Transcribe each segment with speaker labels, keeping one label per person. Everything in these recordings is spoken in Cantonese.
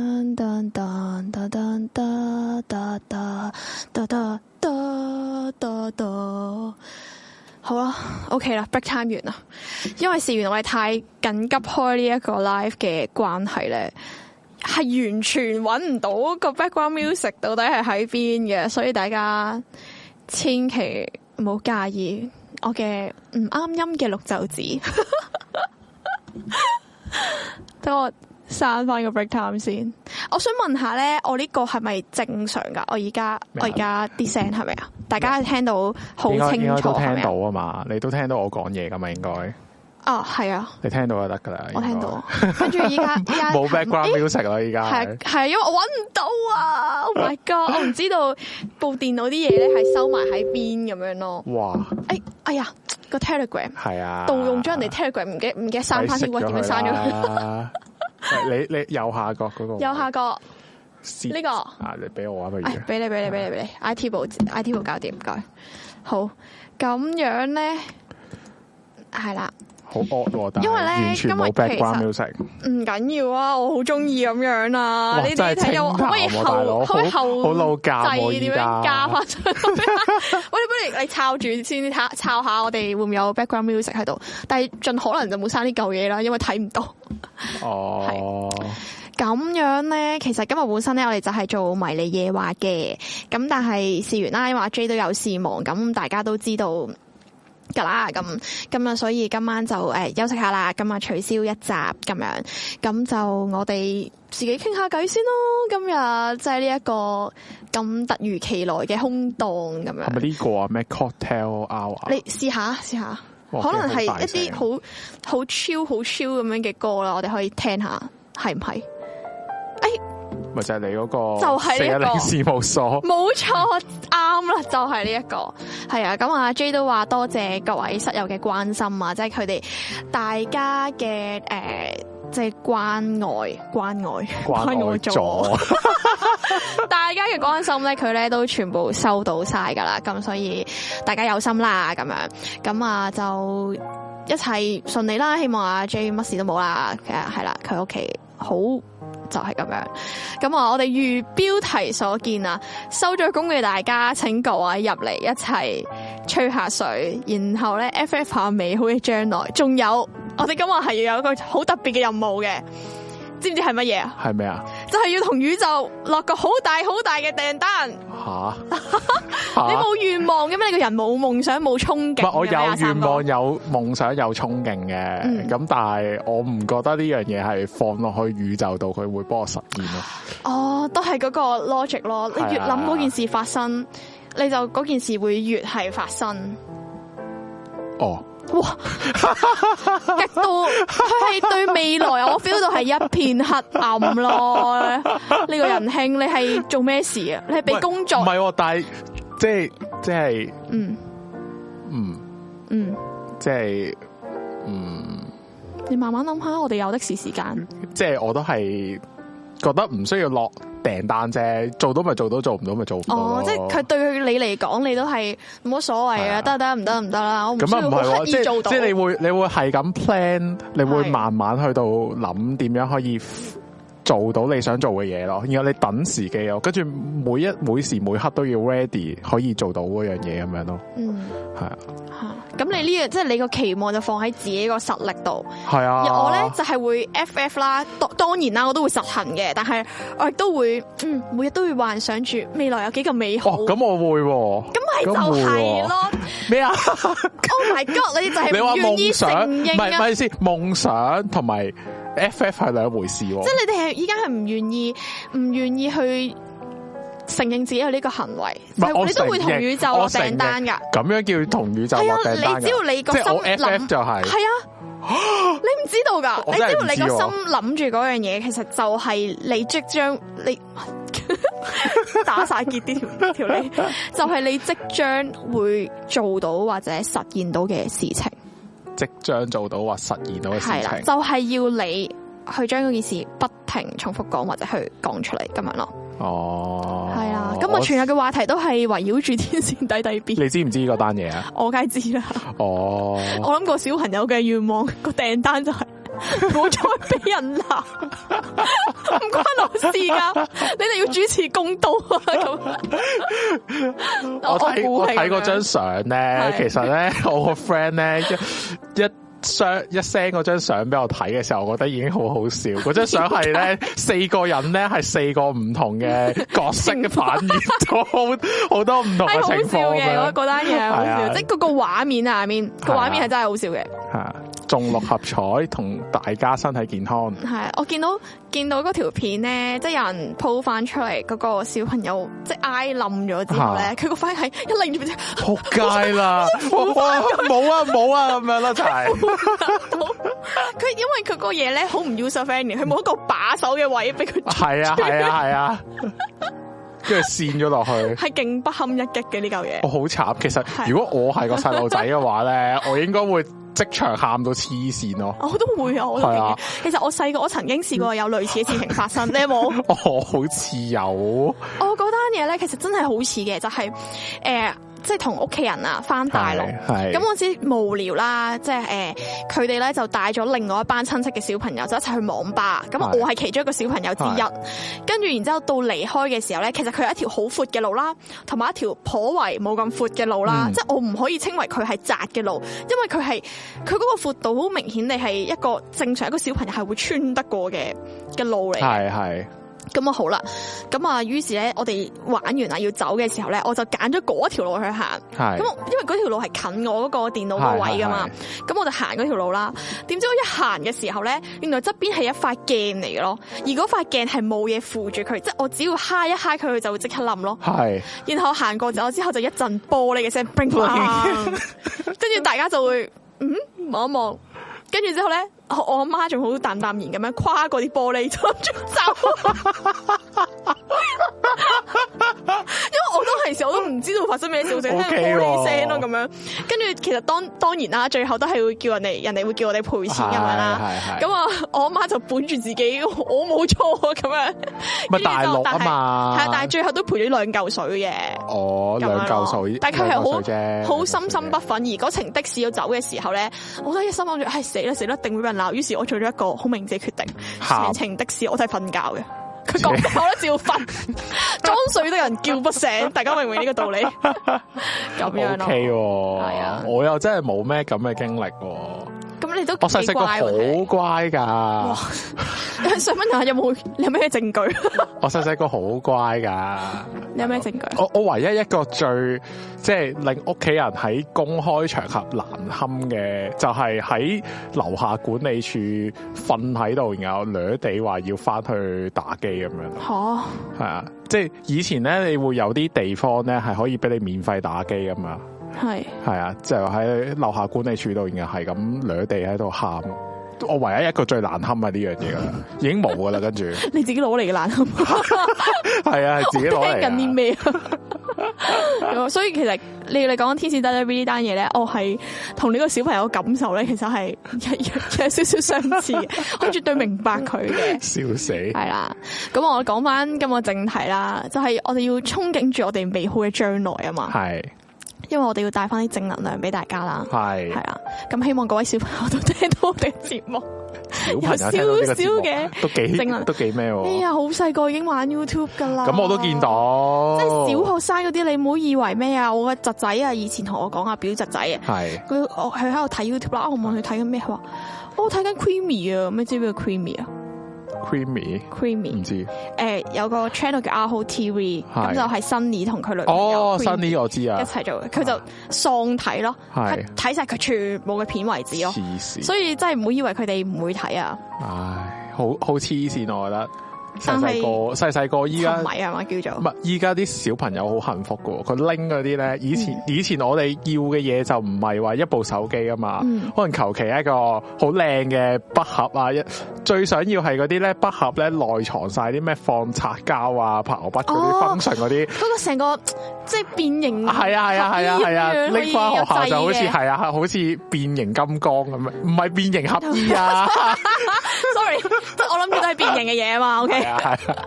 Speaker 1: 噔噔噔噔噔噔噔噔噔噔噔噔。好啦，OK 啦，break time 完啦。因為事緣我係太緊急開呢一個 live 嘅關係咧，係完全揾唔到個 background music 到底係喺邊嘅，所以大家千祈唔好介意我嘅唔啱音嘅綠袖子。 等我刪翻個 break time 先。我想問下咧，我呢個係咪正常噶？我而家
Speaker 2: 咩
Speaker 1: 我
Speaker 2: 啊
Speaker 1: 而家啲聲係咪啊？大家聽到好
Speaker 2: 應該
Speaker 1: 清
Speaker 2: 應該
Speaker 1: 楚
Speaker 2: 都
Speaker 1: 係咪
Speaker 2: 聽
Speaker 1: 啊
Speaker 2: 到？啊嘛，你都聽到我講嘢噶嘛，應該
Speaker 1: 啊，係啊，
Speaker 2: 你聽到就得噶啦。
Speaker 1: 我聽
Speaker 2: 應該
Speaker 1: 到。跟住依 家依家
Speaker 2: 冇 background 啊
Speaker 1: 係
Speaker 2: music 啦，依家係
Speaker 1: 係係因為我揾唔到啊！Oh my god，我唔 知道部電腦啲嘢咧係收埋喺邊咁樣咯。
Speaker 2: 哇，
Speaker 1: 哎哎呀，個 Telegram
Speaker 2: 係啊，
Speaker 1: 盜用咗人哋 Telegram，唔記唔記得刪翻
Speaker 2: 你
Speaker 1: 添，
Speaker 2: 熄
Speaker 1: 喂，點樣刪咗 佢？
Speaker 2: 佢？ 喂你你右下角嗰個位
Speaker 1: 右下角
Speaker 2: 是
Speaker 1: 呢個
Speaker 2: 啊，你俾我啊，不如
Speaker 1: 哎，俾你俾你俾你俾你，I T 部 I T 部搞掂，唔該。好，咁樣咧係啦，
Speaker 2: 好惡喎，但係
Speaker 1: 因為咧
Speaker 2: 完全冇
Speaker 1: 因為其實
Speaker 2: background music，
Speaker 1: 唔緊要啊，我好中意咁樣啊。
Speaker 2: 哇
Speaker 1: 呢
Speaker 2: 真
Speaker 1: 啲
Speaker 2: 係
Speaker 1: 睇有
Speaker 2: 清
Speaker 1: 可唔可以
Speaker 2: 淡喎大佬
Speaker 1: 後可唔可以
Speaker 2: 好
Speaker 1: 後
Speaker 2: 好老尷喎
Speaker 1: 製點
Speaker 2: 依家
Speaker 1: 樣加翻上去？ 喂，你不如你抄住先，抄抄下我哋會唔會有 background music 喺度？但係盡可能就冇生啲舊嘢啦，因為睇唔到。
Speaker 2: 哦，
Speaker 1: 咁樣咧，其實今日本身咧，我哋就係做迷你夜話嘅，咁但係事完啦，因為阿 J 都有事忙，咁大家都知道。噶啦，咁咁啊，所以今晚就誒、呃休息下啦，咁啊取消一集咁樣，咁就我哋自己傾下偈先咯。今日即係呢一個咁突如其來嘅空檔咁樣，
Speaker 2: 係咪呢個啊？咩 cocktail hour？
Speaker 1: 你試下試下，
Speaker 2: 哇
Speaker 1: 可能係
Speaker 2: 幾好大聲
Speaker 1: 一啲好好超好超咁樣嘅歌啦，我哋可以聽下，係唔係？
Speaker 2: 咪就係你嗰個
Speaker 1: 就係呢一個
Speaker 2: 四一零事務所。
Speaker 1: 冇錯，啱啦，就係呢一個，係啊，咁啊 J 都話多謝各位室友嘅關心啊，即係佢哋大家嘅誒，即係關愛、關愛、
Speaker 2: 關愛座，
Speaker 1: 大家嘅關心咧，佢咧都全部收到晒噶啦，咁所以大家有心啦，咁樣，咁啊就一切順利啦，希望阿 J 乜事都冇啦，其實係啦，佢屋企好就係咁樣，咁啊，我哋如標題所見啊，收咗工嘅大家，請各位入嚟一齊吹下水，然後咧 FF 下美好嘅將來，仲有我哋今日係要有一個好特別嘅任務嘅，知唔知係乜嘢啊？
Speaker 2: 係咩啊？
Speaker 1: 就係要同宇宙落個好大好大嘅訂單。你
Speaker 2: 吓吓
Speaker 1: 冇願望嘅咩？你個人冇夢想冇憧
Speaker 2: 啊
Speaker 1: 憬
Speaker 2: 唔
Speaker 1: 嘅咩。
Speaker 2: 係我有
Speaker 1: 阿三
Speaker 2: 願
Speaker 1: 哥
Speaker 2: 望、有夢想、有憧憬嘅，
Speaker 1: 嗯
Speaker 2: 咁、但係我唔覺得呢樣嘢係放落去宇宙度，佢會幫我實現咯。
Speaker 1: 哦，都係嗰個 logic 咯。你越
Speaker 2: 係啊
Speaker 1: 諗嗰件事發生，你就嗰件事會越係發 生。
Speaker 2: 哦，
Speaker 1: 哇！激到佢係對未來，我 feel 到係一片黑暗 咯。呢個仁兄，你係做咩事啊？你係俾工
Speaker 2: 唔
Speaker 1: 作？
Speaker 2: 係喎，但係即係即係
Speaker 1: 嗯
Speaker 2: 嗯，
Speaker 1: 嗯，
Speaker 2: 即係嗯，
Speaker 1: 你慢慢諗下，我哋有的是時間。
Speaker 2: 即係我都係覺得唔需要落訂單啫，做到咪做到，做唔到咪做唔到咯
Speaker 1: 哦，即係佢對你嚟講，你都係冇乜所謂
Speaker 2: 係
Speaker 1: 啊，
Speaker 2: 啊
Speaker 1: 得得唔得唔得啦，我唔需
Speaker 2: 咁啊
Speaker 1: 要
Speaker 2: 唔係
Speaker 1: 好
Speaker 2: 喎，
Speaker 1: 刻
Speaker 2: 即
Speaker 1: 意做
Speaker 2: 係
Speaker 1: 到。
Speaker 2: 即係你會你會係咁 plan，你會
Speaker 1: 係
Speaker 2: 慢慢去到諗點樣可以 f- 做到你想做嘅嘢咯，然後你等時機咯，跟住每一每時每刻都要 ready 可以做到嗰樣嘢咁樣咯，
Speaker 1: 嗯
Speaker 2: 係啊，
Speaker 1: 嚇咁你呢樣即係你個期望就放喺自己個實力度。
Speaker 2: 係
Speaker 1: 而
Speaker 2: 啊，
Speaker 1: 我咧就係會 FF 啦，當當然啦，我都會實行嘅，但係我亦都會嗯每日都會幻想住未來有幾咁美好。
Speaker 2: 哦咁我會喎，
Speaker 1: 咪就
Speaker 2: 咁會
Speaker 1: 係
Speaker 2: 喎
Speaker 1: 咯
Speaker 2: 咩啊？
Speaker 1: ！Oh my god！你就
Speaker 2: 你
Speaker 1: 係
Speaker 2: 話
Speaker 1: 唔願意
Speaker 2: 夢
Speaker 1: 承
Speaker 2: 想唔
Speaker 1: 認
Speaker 2: 係
Speaker 1: 啊！
Speaker 2: 咪先？夢想同埋 FF 係兩回事喎
Speaker 1: 即，係你哋係依家係唔願意，唔願意去承認自己有呢個行為，
Speaker 2: 唔係我
Speaker 1: 你都會
Speaker 2: 承
Speaker 1: 同
Speaker 2: 認
Speaker 1: 宇宙
Speaker 2: 我
Speaker 1: 落
Speaker 2: 承認
Speaker 1: 訂單㗎。
Speaker 2: 咁樣叫同宇宙
Speaker 1: 係
Speaker 2: 落
Speaker 1: 啊，
Speaker 2: 訂單
Speaker 1: 你只要
Speaker 2: 㗎，
Speaker 1: 你個
Speaker 2: 即
Speaker 1: 心
Speaker 2: 係我
Speaker 1: 諗
Speaker 2: FF 就係
Speaker 1: 係啊，你唔知道噶，
Speaker 2: 我
Speaker 1: 你
Speaker 2: 真
Speaker 1: 只
Speaker 2: 係
Speaker 1: 要
Speaker 2: 唔
Speaker 1: 你
Speaker 2: 知
Speaker 1: 個心諗住嗰樣嘢，其實就係你即將你 打晒結啲條條 脷，就係你即將會做到或者實現到嘅事情，
Speaker 2: 即將做到或實現到嘅事
Speaker 1: 係啦，
Speaker 2: 情。
Speaker 1: 就係要你去將嗰件事不停重複講或者去講出嚟咁樣咯，
Speaker 2: 哦，
Speaker 1: 係啦。咁我啊全日嘅話題都係圍繞住天線底底邊，
Speaker 2: 你知唔知嗰單嘢啊？
Speaker 1: 我梗係知啦。
Speaker 2: 哦，
Speaker 1: 我諗個小朋友嘅願望個訂單就係唔好再俾人鬧， 唔關我事噶，你哋要主持公道啊！咁
Speaker 2: 我睇
Speaker 1: 估
Speaker 2: 我
Speaker 1: 係咁
Speaker 2: 睇嗰
Speaker 1: 樣
Speaker 2: 張相咧，
Speaker 1: 係
Speaker 2: 其實咧 我個 friend 咧一一相一 send 嗰張相俾我睇嘅時候，我覺得已經好好笑。嗰張相係咧 四個人咧係四個唔同嘅角色嘅反映咗好好多唔同
Speaker 1: 係
Speaker 2: 嘅
Speaker 1: 好
Speaker 2: 情
Speaker 1: 笑
Speaker 2: 況
Speaker 1: 嘅，我
Speaker 2: 咁樣。
Speaker 1: 嗰單嘢係好
Speaker 2: 係啊
Speaker 1: 笑，即係嗰個畫面啊，面個畫面係真係好笑嘅。
Speaker 2: 吓，中六合彩同大家身體健康。
Speaker 1: 係，啊我見到見到嗰條片咧，即係有人 po 翻出嚟，嗰個小朋友即係挨冧咗之後咧
Speaker 2: 嚇，
Speaker 1: 佢個反應係一擰住佢就
Speaker 2: 仆街啦！哇，冇啊冇啊咁樣啦，就係
Speaker 1: 佢因為佢嗰個嘢咧好唔 user friendly，佢冇一個把手嘅位俾佢，
Speaker 2: 係 啊係啊係啊，跟住跣咗落去。
Speaker 1: 係勁不堪一擊嘅呢嚿嘢
Speaker 2: 我。好慘，其實如果我係個細路仔嘅話咧，我應該會即場喊到黐線咯。
Speaker 1: 我都會啊，我都
Speaker 2: 係啊
Speaker 1: 勁。其實我細個我曾經試過有類似嘅事情發生，你有冇？
Speaker 2: 我好似有
Speaker 1: 我嗰單嘢咧，其實真係好似嘅，就係、呃即係同屋企人啊，翻大陸。
Speaker 2: 係
Speaker 1: 咁我知無聊啦，即係誒，佢哋咧就帶咗另外一班親戚嘅小朋友就一齊去網吧，咁
Speaker 2: 係
Speaker 1: 我係其中一個小朋友之一
Speaker 2: 係。
Speaker 1: 跟住然之後到離開嘅時候咧，其實佢有一條好闊嘅路啦，同埋一條頗為冇咁闊嘅路啦，
Speaker 2: 嗯
Speaker 1: 即係我唔可以稱為佢係窄嘅路，因為佢係佢嗰個闊度好明顯地係一個正常一個小朋友係會穿得過嘅嘅路嚟嘅。
Speaker 2: 係係
Speaker 1: 咁啊好啦，咁啊於是咧，我哋玩完啊啦要走嘅時候咧，我就揀咗嗰條路去行。
Speaker 2: 係
Speaker 1: 咁我因為嗰條路係近我嗰個電腦個位噶嘛，咁我就行嗰條路啦。點知我一行嘅時候咧，原來側邊係一塊鏡嚟嘅咯，而嗰塊鏡係冇嘢扶住佢，即係我只要揩一揩佢，佢就會即刻冧咯。
Speaker 2: 係
Speaker 1: 然後行過咗之後就一陣玻璃嘅聲 bling bling，跟住大家就會嗯望一望，跟住之後咧，我我阿媽仲好淡淡然咁樣跨過啲玻璃就咁走，因為我當其時我都唔知道發生咩事，我淨係聽
Speaker 2: OK
Speaker 1: 到玻
Speaker 2: 喎
Speaker 1: 璃聲咯咁樣。跟住其實當當然啦，最後都係會叫人哋人哋會叫我哋賠錢咁樣啦。
Speaker 2: 係係
Speaker 1: 咁啊，我阿媽就本住自己， 我冇錯啊咁樣。
Speaker 2: 咪大陸啊嘛，
Speaker 1: 係啊，但係最後都賠咗兩嚿水嘅。
Speaker 2: 我
Speaker 1: 咁樣
Speaker 2: 兩
Speaker 1: 咯
Speaker 2: 嚿水，
Speaker 1: 但係佢
Speaker 2: 兩嚿水
Speaker 1: 係
Speaker 2: 啫
Speaker 1: 好好深深不忿，而嗰程的士要走嘅時候咧，我都一心諗住，唉死啦死啦，一定會俾人鬧。於是我做咗一個好明智嘅決定，
Speaker 2: 喊
Speaker 1: 全程的士我都係瞓覺嘅。佢講我都照瞓， 裝睡得人叫不醒，大家明唔明呢個道 理？咁樣
Speaker 2: O K
Speaker 1: 咯，係啊
Speaker 2: 喎，我又真係冇咩咁嘅經歷喎。
Speaker 1: 咁你都
Speaker 2: 我細
Speaker 1: 幾
Speaker 2: 細個啊
Speaker 1: 乖喎
Speaker 2: 好乖噶，
Speaker 1: 你 想問下有冇你有咩證據？
Speaker 2: 我細細個好乖噶。
Speaker 1: 你有咩證據？
Speaker 2: 我我唯一一個最即係令屋企人喺公開場合難堪嘅，就係喺樓下管理處瞓喺度，然後掠地話要翻去打機咁樣咯。
Speaker 1: 嚇
Speaker 2: 係啊，即係以前咧，你會有啲地方咧係可以俾你免費打機咁嘛。
Speaker 1: 係
Speaker 2: 係啊，就喺樓下管理處度，然後係咁掠地喺度喊。我唯一一個最難堪係呢樣嘢啦，已經冇噶啦，跟住
Speaker 1: 你自己攞嚟嘅爛
Speaker 2: 係啊，係自己攞
Speaker 1: 我
Speaker 2: 嚟
Speaker 1: 聽緊啲
Speaker 2: 㗎。
Speaker 1: 咩啊？所以其實你你講緊天使得 B 呢單嘢咧，我係同呢個小朋友嘅感受咧，其實係有有有少少相似嘅， 我絕對明白佢嘅。
Speaker 2: 笑死！
Speaker 1: 係啦，咁我講翻今個正題啦，就係、我哋要憧憬住我哋美好嘅將來啊嘛，
Speaker 2: 係
Speaker 1: 因為我哋要帶翻啲正能量俾大家啦，係
Speaker 2: 係
Speaker 1: 啦，咁希望各位小朋友都聽到我哋嘅節目。
Speaker 2: 小朋友聽到呢個節目都
Speaker 1: 正能
Speaker 2: 幾都幾咩
Speaker 1: 哎
Speaker 2: 喎？
Speaker 1: 呀，好細個已經玩 YouTube 噶啦，
Speaker 2: 哦咁我都見。到，
Speaker 1: 即係小學生嗰啲，你唔好以為咩啊！我個侄仔啊，以前同我講啊，表侄仔啊，
Speaker 2: 係
Speaker 1: 佢我佢喺度睇 YouTube 啦，我問佢睇緊咩，佢話我睇緊 Creamy 啊，咁你知唔知咩 Creamy 啊
Speaker 2: creamy，唔
Speaker 1: ？Creamy
Speaker 2: 知
Speaker 1: 誒有個 channel 叫 R Ho TV，咁
Speaker 2: 嗯係
Speaker 1: 就係 Sunny 同佢女朋友
Speaker 2: 哦
Speaker 1: Creamy
Speaker 2: Sunny 我知
Speaker 1: 一
Speaker 2: 啊，
Speaker 1: 齊做嘅，佢就喪睇咯，
Speaker 2: 係
Speaker 1: 睇睇晒佢全部嘅片為止咯，
Speaker 2: 黐線，
Speaker 1: 所以真係唔好以為佢哋唔會睇啊，
Speaker 2: 唉，好好黐線我覺得，細
Speaker 1: 但係
Speaker 2: 細個細細個依
Speaker 1: 沉
Speaker 2: 家。
Speaker 1: 迷啊嘛叫
Speaker 2: 唔
Speaker 1: 做，
Speaker 2: 係，依家啲小朋友好幸福噶，佢拎嗰啲咧，以前以前我哋要嘅嘢就唔係話一部手機啊嘛，
Speaker 1: 嗯
Speaker 2: 可能求其一個好靚嘅筆盒啊，一最想要係嗰啲咧筆盒咧內藏晒啲咩放擦膠啊、刨筆嗰啲
Speaker 1: 哦
Speaker 2: function 嗰啲。
Speaker 1: 嗰個成個即係變形，
Speaker 2: 系啊系啊系啊系啊，拎翻學校就好似
Speaker 1: 係。
Speaker 2: 係啊，好似變形金剛咁樣，唔係變形合衣啊，
Speaker 1: sorry，即係我諗住都係變形嘅嘢啊嘛，OK，
Speaker 2: 係啊係啊，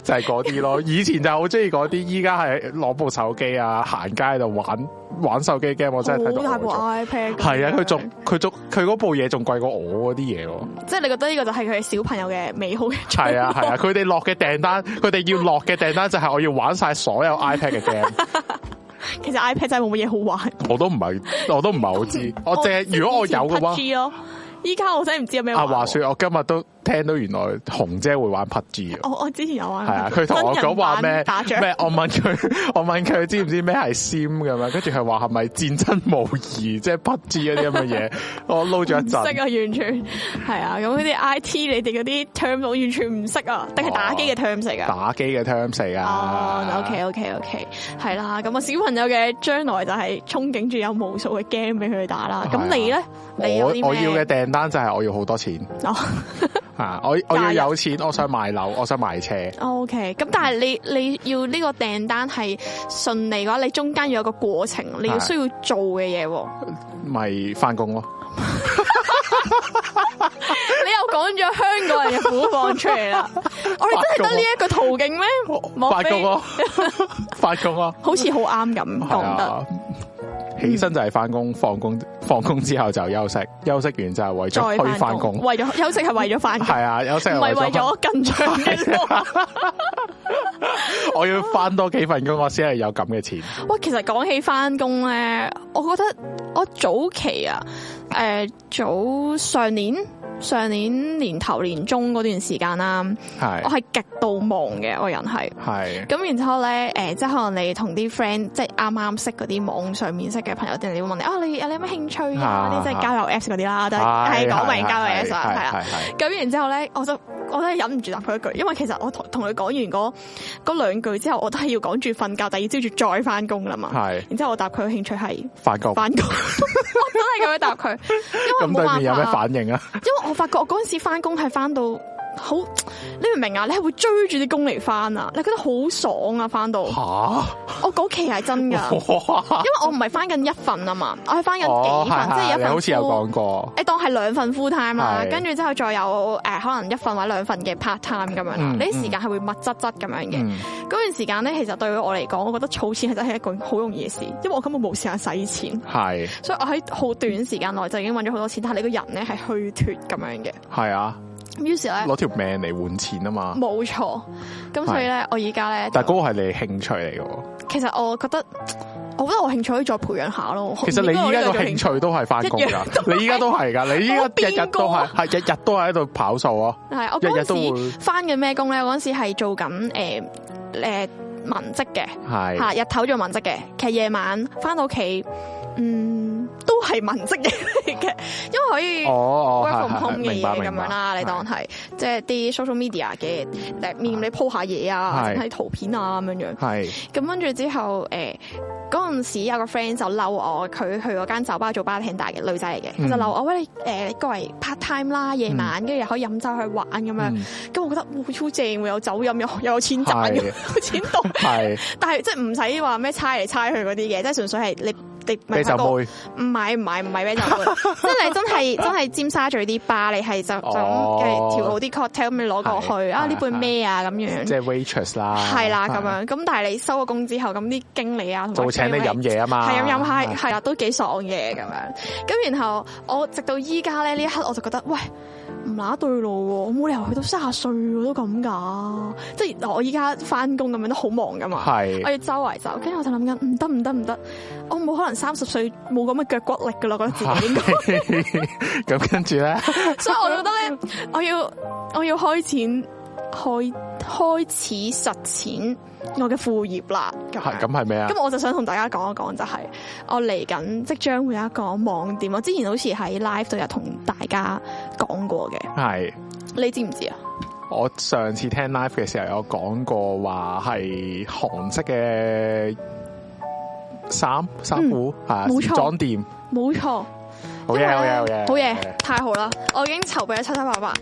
Speaker 2: 就係嗰啲咯。以前就好中意嗰啲，依家係攞部手機啊，行街喺度玩玩手機 game，我真係睇到
Speaker 1: 好大部
Speaker 2: 呆咗
Speaker 1: iPad，咁
Speaker 2: 係啊，佢
Speaker 1: 樣
Speaker 2: 仲佢仲佢嗰部嘢仲貴過我嗰啲嘢喎。
Speaker 1: 即係你覺得呢個就係佢哋小朋友嘅美好嘅
Speaker 2: 係啊係啊，佢哋落嘅訂單，佢哋要落嘅訂單就係我要玩晒所有 iPad 嘅 game。
Speaker 1: 其實 iPad 真係冇乜嘢好玩。
Speaker 2: 我都唔係，我都唔係好知。我淨哦係如果我有嘅話，
Speaker 1: G 咯，依家我真係唔知有咩玩
Speaker 2: 啊
Speaker 1: 喎。
Speaker 2: 話說我今日都聽到原來紅姐會玩 PUBG 啊。
Speaker 1: 我哦我之前有 玩
Speaker 2: 系
Speaker 1: 過，
Speaker 2: 啊，佢同我
Speaker 1: 真人
Speaker 2: 講話咩
Speaker 1: 版打仗？
Speaker 2: 咩？我問佢， 我問佢知唔知咩係 sim 咁樣，跟住佢話係咪戰爭模擬，即係 PUBG 嗰啲咁嘅 嘢。我撈咗一
Speaker 1: 唔識
Speaker 2: 陣，
Speaker 1: 啊，完全係啊！咁嗰啲 I T 你哋嗰啲 terms 我完全唔識啊，定係打機嘅 terms 嚟㗎？
Speaker 2: 打機嘅 terms 嚟
Speaker 1: 哦
Speaker 2: 啊。
Speaker 1: ，OK OK OK，係啦，咁啊小朋友嘅將來就係憧憬住有無數嘅 game 俾佢哋打啦。咁
Speaker 2: 係啊
Speaker 1: 你咧，你有
Speaker 2: 我
Speaker 1: 啲
Speaker 2: 我
Speaker 1: 咩
Speaker 2: 要嘅訂單就係我要好多錢
Speaker 1: 哦
Speaker 2: 啊！我我要有錢，我想買樓，我想買車。
Speaker 1: O K，咁但係你你要呢個訂單係順利嘅話，你中間要有個過程，你要
Speaker 2: 係
Speaker 1: 需要做嘅嘢喎。
Speaker 2: 咪翻工咯，
Speaker 1: 你又講咗香港人嘅苦況出 嚟啦，我哋真係得呢一個途徑咩？莫
Speaker 2: 翻
Speaker 1: 非
Speaker 2: 工咯，翻工咯，
Speaker 1: 好似好啱咁
Speaker 2: 系
Speaker 1: 講得，
Speaker 2: 啊。起身就係翻工，放工放工之後就休息，休息完就係為咗
Speaker 1: 再
Speaker 2: 去
Speaker 1: 翻
Speaker 2: 翻
Speaker 1: 工，
Speaker 2: 工，
Speaker 1: 為咗休息係為咗翻工，
Speaker 2: 係啊，休息
Speaker 1: 唔
Speaker 2: 係
Speaker 1: 係為
Speaker 2: 為咗
Speaker 1: 咗更長嘅工。
Speaker 2: 返 我要翻多幾份工，我先係有咁嘅錢。
Speaker 1: 喂，其實講起翻工咧，我覺得我早期啊，誒、早上年上年年頭年中嗰段時間啦，我
Speaker 2: 係
Speaker 1: 係極度忙嘅，我人係。
Speaker 2: 係
Speaker 1: 咁然之後咧，誒、即係可能你同啲 friend，即係啱啱識嗰啲網上面識嘅朋友，定你會問你啊，你啊你有咩興趣啊？
Speaker 2: 啊
Speaker 1: 啲即係交友 Apps 嗰啲啦，都係係講明交友 Apps 啦，係啊。
Speaker 2: 係係
Speaker 1: 咁然之後咧，我就我咧忍唔住答佢一句，因為其實我同同佢講完嗰嗰兩句之後，我都係要趕住瞓覺，第二朝住再翻工啦嘛。
Speaker 2: 係
Speaker 1: 然之後我答佢嘅興趣係
Speaker 2: 翻工，
Speaker 1: 翻工，我真係咁樣答佢，因為
Speaker 2: 哦咁
Speaker 1: 冇
Speaker 2: 對面
Speaker 1: 辦
Speaker 2: 有咩
Speaker 1: 法啊。
Speaker 2: 反應啊？
Speaker 1: 因為我發覺我嗰陣時翻工係翻到好，你明唔明啊？你係會追住啲工嚟翻啊！你覺得好爽啊！翻到
Speaker 2: 吓
Speaker 1: 我嗰期係真噶，因
Speaker 2: 哇！
Speaker 1: 為我唔係翻緊一份啊嘛，我係翻緊幾份，即係一
Speaker 2: 哦你
Speaker 1: 份
Speaker 2: 好似有
Speaker 1: full-
Speaker 2: 講過，
Speaker 1: 你當係兩份 full time 啦，
Speaker 2: 係
Speaker 1: 跟住之後再有誒、呃可能一份或者兩份嘅 part time 咁樣啦，
Speaker 2: 嗯
Speaker 1: 呢啲時間係會密質質咁樣嘅。
Speaker 2: 嗯，
Speaker 1: 嗰段時間咧，其實對於我嚟講，我覺得儲錢係真係一個好容易嘅事，因為我根本冇時間使錢，
Speaker 2: 係
Speaker 1: 所以我喺好短時間內就已經揾咗好多錢，但係你個人咧係虛脱咁樣嘅。
Speaker 2: 係啊，
Speaker 1: 於是咧，
Speaker 2: 攞條命嚟換錢啊嘛。
Speaker 1: 冇錯，咁所以咧，我而家咧，
Speaker 2: 但係嗰個係你興趣嚟嘅喎，
Speaker 1: 其實我覺得，我覺得我興趣可以再培養下咯。
Speaker 2: 其實你依家個興趣都係翻工
Speaker 1: 一樣
Speaker 2: 㗎，你依家都係㗎，你依家
Speaker 1: 我
Speaker 2: 日日
Speaker 1: 變
Speaker 2: 都
Speaker 1: 過
Speaker 2: 係，
Speaker 1: 啊
Speaker 2: 係日日都係喺度跑數啊，
Speaker 1: 係我
Speaker 2: 日日
Speaker 1: 嗰
Speaker 2: 都
Speaker 1: 陣時
Speaker 2: 會
Speaker 1: 翻緊咩工咧？我嗰陣時係做緊誒誒文職嘅，
Speaker 2: 係
Speaker 1: 嚇日頭做文職嘅，其實夜晚翻到屋企，嗯，都係文職嘢嚟嘅，因為可以
Speaker 2: 哦。哦，
Speaker 1: work
Speaker 2: 係
Speaker 1: from
Speaker 2: 係
Speaker 1: home
Speaker 2: 係
Speaker 1: 嘅
Speaker 2: 明白
Speaker 1: 嘢咁
Speaker 2: 明
Speaker 1: 樣
Speaker 2: 白
Speaker 1: 啦，你當係即係啲 social media 嘅誒面你 po 下嘢啊，
Speaker 2: 係
Speaker 1: 整啲圖片啊咁樣樣。
Speaker 2: 係
Speaker 1: 咁跟住之後，誒嗰陣時有個 friend 就嬲我，佢去嗰間酒吧做 bartender 嘅女仔嚟嘅，佢就
Speaker 2: 嗯
Speaker 1: 嬲我，喂你誒你過嚟 part time 啦，夜晚跟住又可以飲酒去玩咁啊樣。
Speaker 2: 嗯
Speaker 1: 咁我覺得哇超正喎，有酒飲又又有 錢賺，又
Speaker 2: 係
Speaker 1: 有錢到，
Speaker 2: 係
Speaker 1: 但係即係唔使話咩猜嚟猜去嗰啲嘢，即係純粹係你你
Speaker 2: 啤酒妹。
Speaker 1: 唔係唔係唔係啤酒 妹，即係你真係真係尖沙咀啲吧，你係就就咁
Speaker 2: 哦
Speaker 1: 誒調好啲 cocktail 咁你攞過去
Speaker 2: 係
Speaker 1: 啊呢
Speaker 2: 係
Speaker 1: 杯咩啊咁樣
Speaker 2: 即。係啊 waitress 啦，
Speaker 1: 係啦咁樣，咁但係你收咗工之後，咁啲經理啊同埋
Speaker 2: 就會請你
Speaker 1: friend 呢
Speaker 2: 飲嘢啊嘛，
Speaker 1: 係咁飲下，係啦，都幾爽嘅咁樣。咁然後我直到依家咧呢一刻，我就覺得喂。唔乸對路喎，我冇理由去到卅歲我都咁噶，即係我依家翻工咁樣都好忙噶嘛，
Speaker 2: 係
Speaker 1: 我要周圍走，跟住我就諗緊嗯唔得唔得唔得，我冇可能三十歲冇咁嘅腳骨力噶 啦，我覺得自 己應該，
Speaker 2: 係咁跟住咧，
Speaker 1: 所以我就覺得咧，我要我要開展開開始實踐我嘅副業啦，咁樣
Speaker 2: 係咁係咩啊？
Speaker 1: 咁我就想同大家講一講，就係我嚟緊即將會有一個網店，我之前好似喺 live 度有同大家講過嘅，
Speaker 2: 係
Speaker 1: 你知唔知啊？
Speaker 2: 我上次聽 live 嘅時候有講過話係韓式嘅衫衫褲啊，
Speaker 1: 嗯冇錯
Speaker 2: 時裝店，
Speaker 1: 冇錯，
Speaker 2: 好
Speaker 1: 因為
Speaker 2: 嘢好嘢好
Speaker 1: 咧
Speaker 2: 嘢，
Speaker 1: 好 嘢，太好啦！我已經籌備咗七七八八，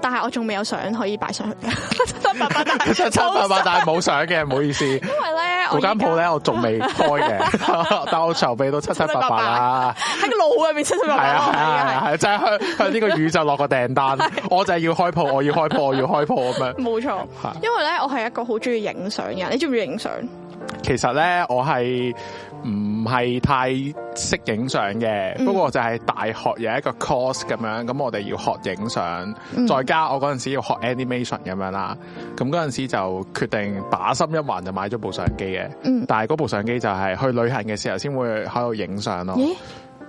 Speaker 1: 但係我仲未有相可以擺上去， 七七八八，但係
Speaker 2: 七七八八，但係冇相嘅，唔好意思。
Speaker 1: 因為咧，我
Speaker 2: 嗰間鋪咧，我仲未開 嘅， 但我籌備到七七八八啦。
Speaker 1: 喺個腦入面七七
Speaker 2: 係
Speaker 1: 八八
Speaker 2: 啊
Speaker 1: 咯，
Speaker 2: 係啊係
Speaker 1: 係
Speaker 2: 啊
Speaker 1: 啊
Speaker 2: 係啊，就 係向向呢個宇宙落個訂單，我就係要開鋪，我要開鋪，我要開鋪咁
Speaker 1: 係，
Speaker 2: 樣。
Speaker 1: 冇錯。
Speaker 2: 係哦
Speaker 1: 因為咧，我係一個好中意影相嘅人，你中唔中意影相？
Speaker 2: 其實咧，我係唔係太識影相嘅，
Speaker 1: 嗯
Speaker 2: 不過就係大學有一個 course 咁樣，咁我哋要學影相，
Speaker 1: 嗯
Speaker 2: 再加我嗰陣時要學 animation 咁樣啦，咁嗰陣時就決定把心一橫就買咗部相機嘅，
Speaker 1: 嗯，
Speaker 2: 但係嗰部相機就係去旅行嘅時候先會喺度影相咯，
Speaker 1: 咦？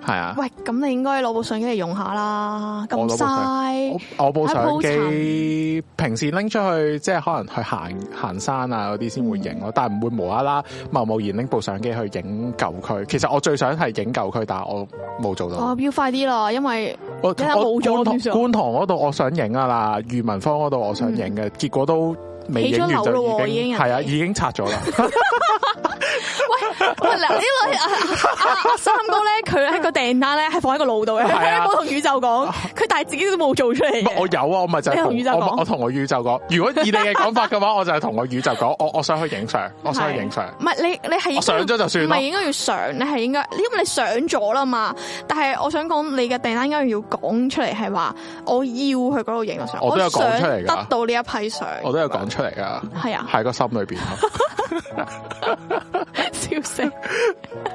Speaker 2: 係啊。
Speaker 1: 喂，咁你應該攞部相機嚟用下啦，
Speaker 2: 我
Speaker 1: 咁
Speaker 2: 攞部相
Speaker 1: 嘥。
Speaker 2: 我我部相
Speaker 1: 喺
Speaker 2: 機平時拎出去，即係可能去行行山啊嗰啲先會
Speaker 1: 嗯
Speaker 2: 影咯，但係唔會無啦啦貿貿然拎部相機去影舊區。其實我最想係影舊區，但係我冇做到。
Speaker 1: 我要快啲啦，因為
Speaker 2: 我我
Speaker 1: 哦你睇下冇咗
Speaker 2: 觀塘
Speaker 1: 點算啊
Speaker 2: 觀塘嗰度我想影啊啦，裕民坊嗰度我想影嘅，結果都未影
Speaker 1: 起咗
Speaker 2: 完
Speaker 1: 樓咯喎
Speaker 2: 就已
Speaker 1: 已經
Speaker 2: 經
Speaker 1: 人哋
Speaker 2: 係啊，已經拆 咗啦。
Speaker 1: 喂嗱呢個阿阿阿三哥咧，佢喺個訂單咧係放喺個腦度嘅，佢
Speaker 2: 係啊
Speaker 1: 冇同宇宙講，佢但係自己都冇做出嚟
Speaker 2: 唔係
Speaker 1: 嘅。
Speaker 2: 我有啊，我咪就係
Speaker 1: 你同宇宙
Speaker 2: 同我
Speaker 1: 講
Speaker 2: 咪我同我宇宙講，如果以你嘅 講法嘅話，我就係同我宇宙講，我我想去影相，我想去影相，
Speaker 1: 唔係你你係應該
Speaker 2: 我上咗就算
Speaker 1: 唔
Speaker 2: 咯
Speaker 1: 係。應該要上，你係應該，因為你上咗啦嘛。但係我想講，你嘅訂單應該要講出嚟，係話我要去嗰度影相，
Speaker 2: 我都有講
Speaker 1: 想
Speaker 2: 出嚟㗎
Speaker 1: 得到呢一批相，
Speaker 2: 我都有講出嚟噶，
Speaker 1: 係啊，
Speaker 2: 喺個心裏邊咯
Speaker 1: 笑死，係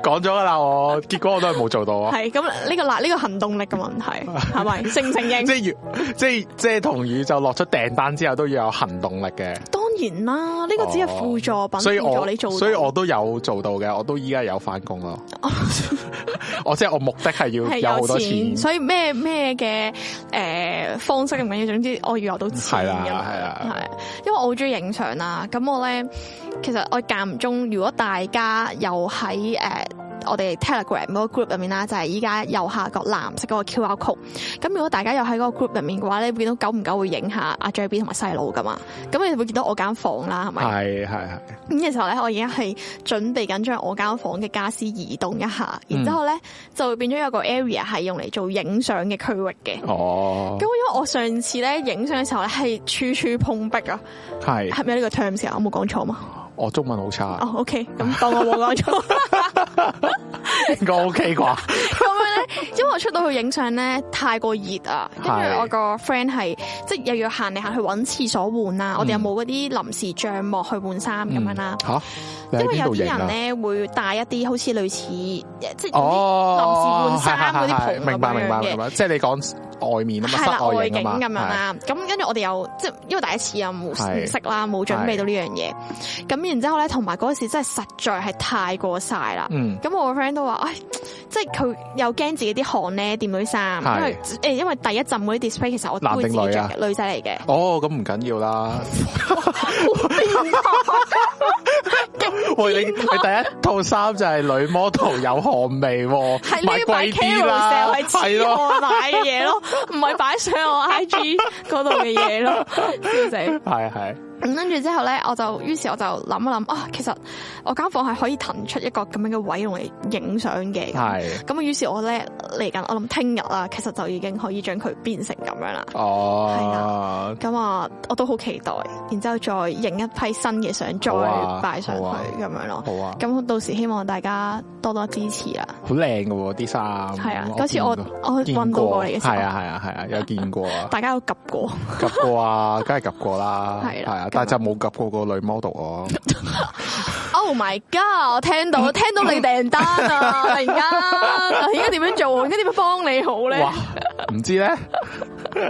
Speaker 2: 講咗噶啦，我結果我都係冇做到啊！
Speaker 1: 咁呢個嗱呢個行動力嘅問 題係咪承唔承認
Speaker 2: 即？係要，即係即係同宇宙落出訂單之後都要有行動力嘅，呢
Speaker 1: 當然啦，呢個只係輔助品，
Speaker 2: 哦所以
Speaker 1: 輔助
Speaker 2: 我
Speaker 1: 你做到，
Speaker 2: 所以我都有做到嘅，我都依家有翻工 咯。我即係我目的
Speaker 1: 係
Speaker 2: 係要有好
Speaker 1: 有
Speaker 2: 多
Speaker 1: 錢，
Speaker 2: 錢，
Speaker 1: 所以咩咩嘅誒方式唔緊要，總之我要有到錢
Speaker 2: 係啦
Speaker 1: 咁樣
Speaker 2: 係啦
Speaker 1: 係因為我好中意影相啦。咁我咧，其實我間唔中，如果大家又喺誒。呃我哋 Telegram 嗰個 group 入面啦，就係依家右下角藍色嗰個 QR code。咁如果大家又喺嗰個 group 入面嘅話咧，你會見到久唔久會影下阿 JB 同埋細佬噶嘛。咁你會見到我間房啦，係咪？
Speaker 2: 係係係
Speaker 1: 咁嘅時候咧，我而家係準備緊將我間房嘅家私移動一下，
Speaker 2: 嗯
Speaker 1: 然之後咧就會變咗有個 area 係用嚟做影相嘅區域嘅。
Speaker 2: 哦
Speaker 1: 咁因，為我上次咧影相嘅時候咧係處處碰壁啊，
Speaker 2: 係啊
Speaker 1: 係咪有呢個 term 啊時候我冇講錯嘛？
Speaker 2: 我中文好差，
Speaker 1: 哦，OK，咁當我冇講錯。
Speaker 2: 應該 OK 啩？
Speaker 1: 咁樣咧，因為我出到去影相咧太過熱啊，跟住
Speaker 2: 係
Speaker 1: 我個 friend 係即係又要行嚟行去揾廁所換
Speaker 2: 嗯
Speaker 1: 啦，我哋又冇嗰啲臨時帳幕去換衫咁樣啦。
Speaker 2: 吓，嗯你
Speaker 1: 因
Speaker 2: 喺
Speaker 1: 為
Speaker 2: 邊
Speaker 1: 有
Speaker 2: 度
Speaker 1: 啲
Speaker 2: 影
Speaker 1: 人
Speaker 2: 啊？
Speaker 1: 咧會帶一啲好似類似即係臨
Speaker 2: 哦，
Speaker 1: 時換衫嗰啲
Speaker 2: 係係係
Speaker 1: 袍
Speaker 2: 明白明白
Speaker 1: 咁樣嘅
Speaker 2: 明白，即係你講外面啊嘛，
Speaker 1: 係啦
Speaker 2: 室
Speaker 1: 外
Speaker 2: 影
Speaker 1: 景
Speaker 2: 啊嘛，
Speaker 1: 咁樣
Speaker 2: 係
Speaker 1: 啦，咁跟住我哋又即係因為第一次啊冇
Speaker 2: 係
Speaker 1: 唔識啦，冇準備到呢樣嘢，
Speaker 2: 嗯
Speaker 1: 咁然之後咧，同埋嗰時真係實在係太過晒啦。
Speaker 2: 嗯。
Speaker 1: 咁我個 friend 都話，唉，即係佢又驚自己啲汗咧掂到啲衫，
Speaker 2: 係
Speaker 1: 因為誒因為第一浸嗰啲 display 其實我都會自己
Speaker 2: 男
Speaker 1: 着
Speaker 2: 定女啊
Speaker 1: 嘅，女仔嚟 嘅，
Speaker 2: 哦，咁唔緊要啦。 喂，你你第一套衫就係女 model 有汗味喎，
Speaker 1: 係呢
Speaker 2: 買
Speaker 1: 啲擺
Speaker 2: 貴
Speaker 1: c a r
Speaker 2: 啲
Speaker 1: o
Speaker 2: 啦，
Speaker 1: 係 黐
Speaker 2: 咯，
Speaker 1: 我奶嘅嘢咯，唔係擺上我 IG 嗰度嘅嘢咯，笑死！
Speaker 2: 係係
Speaker 1: 咁跟住之後咧，我就於是我就諗一諗啊，其實我間房係可以騰出一個咁樣嘅位用嚟影相嘅。
Speaker 2: 係，
Speaker 1: 咁啊，於是我咧嚟緊，我諗聽日啦，其實就已經可以將佢變成咁樣啦。
Speaker 2: 哦，
Speaker 1: 咁啊，我都好期待，然之後再影一批新嘅相，再
Speaker 2: 好啊
Speaker 1: 擺上去
Speaker 2: 好啊
Speaker 1: 咁樣咯。
Speaker 2: 好啊，
Speaker 1: 咁到時希望大家多多支持啦。
Speaker 2: 好靚嘅喎啲衫，
Speaker 1: 係啊，嗰次我我
Speaker 2: 見
Speaker 1: 運到過嚟嘅時
Speaker 2: 係啊
Speaker 1: 候，
Speaker 2: 係啊係啊，有見過啊，
Speaker 1: 大家有及過，
Speaker 2: 及過啊，梗係及過啦，
Speaker 1: 係啦
Speaker 2: 係啊
Speaker 1: 咁，
Speaker 2: 但係就冇及過個女 model 我。
Speaker 1: Oh my god！我聽到
Speaker 2: 嗯
Speaker 1: 聽到你訂單 啊，突然間，而家點樣做？而家點樣幫你好咧？
Speaker 2: 哇，唔知咧，
Speaker 1: 笑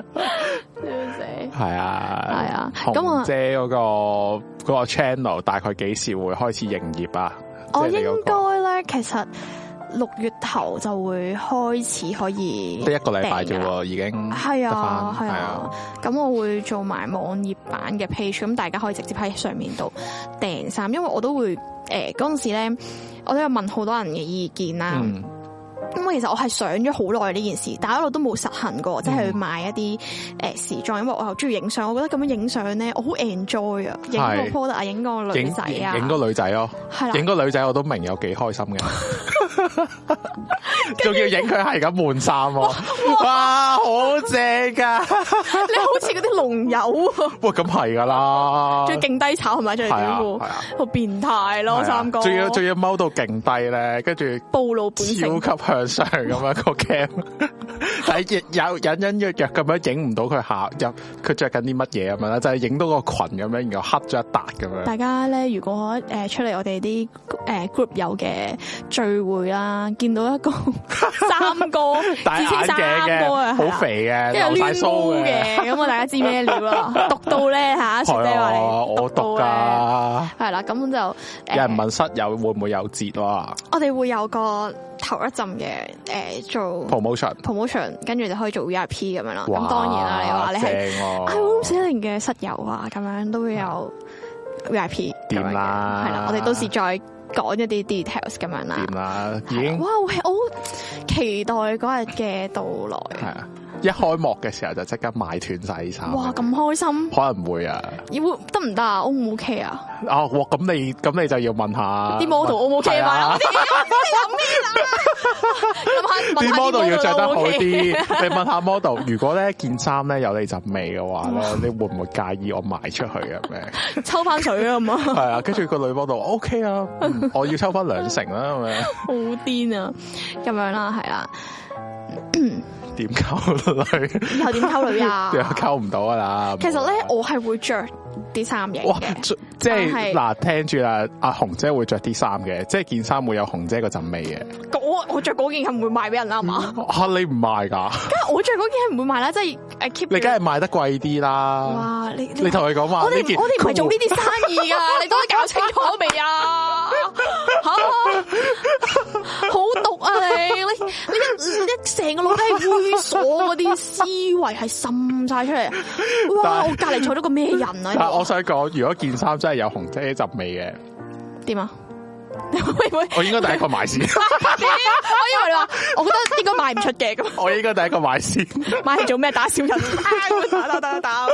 Speaker 1: 死！
Speaker 2: 係啊，
Speaker 1: 係啊咁我
Speaker 2: 紅姐嗰、個嗰、個 channel 大概幾時會開始營業啊？
Speaker 1: 我
Speaker 2: 即係你嗰
Speaker 1: 哦應
Speaker 2: 個
Speaker 1: 該咧，其實六月頭就會開始可以
Speaker 2: 得一個禮拜啫
Speaker 1: 訂㗎啦。
Speaker 2: 喎，已經
Speaker 1: 係啊
Speaker 2: 得，返
Speaker 1: 係啊，，咁我會做埋網頁版嘅 page，咁大家可以直接喺上面度訂衫，因為我都會誒嗰陣時咧，我都有問好多人嘅意見啦。
Speaker 2: 嗯，
Speaker 1: 因為其實我係想咗好耐呢件事，但係一路都冇實行過，即係
Speaker 2: 嗯
Speaker 1: 去買一啲誒時裝，因為我又中意影相，我覺得咁樣影相咧，我好 enjoy 啊，影
Speaker 2: 係
Speaker 1: 個 product 啊，影個女仔
Speaker 2: 嗯影
Speaker 1: 啊，
Speaker 2: 影個女仔咯，
Speaker 1: 係啦
Speaker 2: 影，個女仔我都明有幾開心嘅，仲要影佢係咁換衫喎，哇，好正噶！
Speaker 1: 你好似嗰啲龍友 喎，
Speaker 2: 喂，咁係噶啦，
Speaker 1: 仲要勁低炒係咪？着條短褲
Speaker 2: 係啊係啊
Speaker 1: 好變態
Speaker 2: 係
Speaker 1: 咯，
Speaker 2: 啊
Speaker 1: 三哥。
Speaker 2: 仲要仲要踎到勁低咧，跟住
Speaker 1: 暴露本性，
Speaker 2: 超級向上咁樣個 cam，但係有隱隱約約咁樣影唔到佢下入佢着緊啲乜嘢咁樣啦，就係影到個裙咁樣，然後黑咗一笪咁樣。
Speaker 1: 大家咧，如果誒、呃出嚟我哋啲誒 group 友嘅聚會啦，見到一個 三哥，
Speaker 2: 戴
Speaker 1: 自
Speaker 2: 眼
Speaker 1: 稱
Speaker 2: 鏡
Speaker 1: 三哥啊，
Speaker 2: 嘅，
Speaker 1: 係
Speaker 2: 好
Speaker 1: 啦，
Speaker 2: 肥嘅，
Speaker 1: 因為
Speaker 2: 留晒
Speaker 1: 攣
Speaker 2: 須
Speaker 1: 毛嘅，咁啊大家知咩料 啦？讀到咧嚇，雪姐話
Speaker 2: 係啊，
Speaker 1: 你
Speaker 2: 我讀
Speaker 1: 讀到咧，
Speaker 2: 噶。
Speaker 1: 係啦，咁就誒
Speaker 2: 有人問室友會唔會有折啊哇
Speaker 1: 我哋會有個頭一陣嘅誒做
Speaker 2: ？promotion，
Speaker 1: promotion，跟住就可以做 VIP 咁樣啦。
Speaker 2: 哇
Speaker 1: 咁當然啦，你話你係
Speaker 2: 正喎
Speaker 1: I room 四零嘅室友啊，咁樣都會有 VIP 咁樣
Speaker 2: 掂
Speaker 1: 嘅，係
Speaker 2: 啦
Speaker 1: 啦，我哋到時再講一啲 details 咁樣啦
Speaker 2: 掂。啦，啊已
Speaker 1: 係啦
Speaker 2: 經
Speaker 1: 哇，喂，我啊好期待嗰日嘅到
Speaker 2: 係
Speaker 1: 來，
Speaker 2: 啊！一開幕嘅時候就即刻買斷晒啲衫。
Speaker 1: 哇，咁開心，
Speaker 2: 可能會啊！
Speaker 1: 要得唔得啊？O 唔 OK 啊？
Speaker 2: 啊，哇！咁你咁你就要啊問下
Speaker 1: 啲 model O 唔 OK
Speaker 2: 係
Speaker 1: 啊？
Speaker 2: 啊
Speaker 1: 我哋諗咩啊啦？諗下問下
Speaker 2: 啲 model 要着得
Speaker 1: O 唔
Speaker 2: 好
Speaker 1: OK
Speaker 2: 啲。 你問下 model，如果咧件衫咧有你陣味嘅話 咧
Speaker 1: 哇，
Speaker 2: 你會唔會介意我賣出去嘅咩？
Speaker 1: 抽翻水啊咁啊，
Speaker 2: 係啊，跟住個女 model OK 啊，嗯我要抽翻兩成啦咁樣。
Speaker 1: 好癲啊！咁樣啦，係啦，
Speaker 2: 點溝女？
Speaker 1: 以後點溝女 啊？
Speaker 2: 又溝唔到啊啦！
Speaker 1: 其實咧，我係會着啲衫型
Speaker 2: 哇
Speaker 1: 嘅，。
Speaker 2: 即即係
Speaker 1: 但係
Speaker 2: 嗱，聽住啦，阿紅姐會着啲衫嘅，即係件衫會有紅姐嗰陣味嘅。
Speaker 1: 我我着嗰件係唔會賣俾人啊啦係嘛，
Speaker 2: 吓你唔賣㗎？
Speaker 1: 梗係我着嗰件係唔會賣啦，即係誒 keep 住
Speaker 2: 你梗係賣得貴啲啦。
Speaker 1: 哇你
Speaker 2: 你同佢講話
Speaker 1: 我
Speaker 2: 呢
Speaker 1: 哋
Speaker 2: 件，
Speaker 1: 唔我哋唔係做呢啲生意啊 噶，你都搞清楚未啊？吓，好毒啊你！你你一一成個腦都係猥瑣嗰啲思維係滲晒出嚟。啊哇！
Speaker 2: 但係
Speaker 1: 我隔離坐咗個咩人啊？
Speaker 2: 但我想講，如果件衫真係有紅姐陣味嘅，
Speaker 1: 點啊？喂喂，
Speaker 2: 我應該第一個買先，
Speaker 1: 我以為你話，我覺得應該賣唔出嘅咁。
Speaker 2: 我應該第一個買先。
Speaker 1: 買嚟做咩？打 小人，打打打打！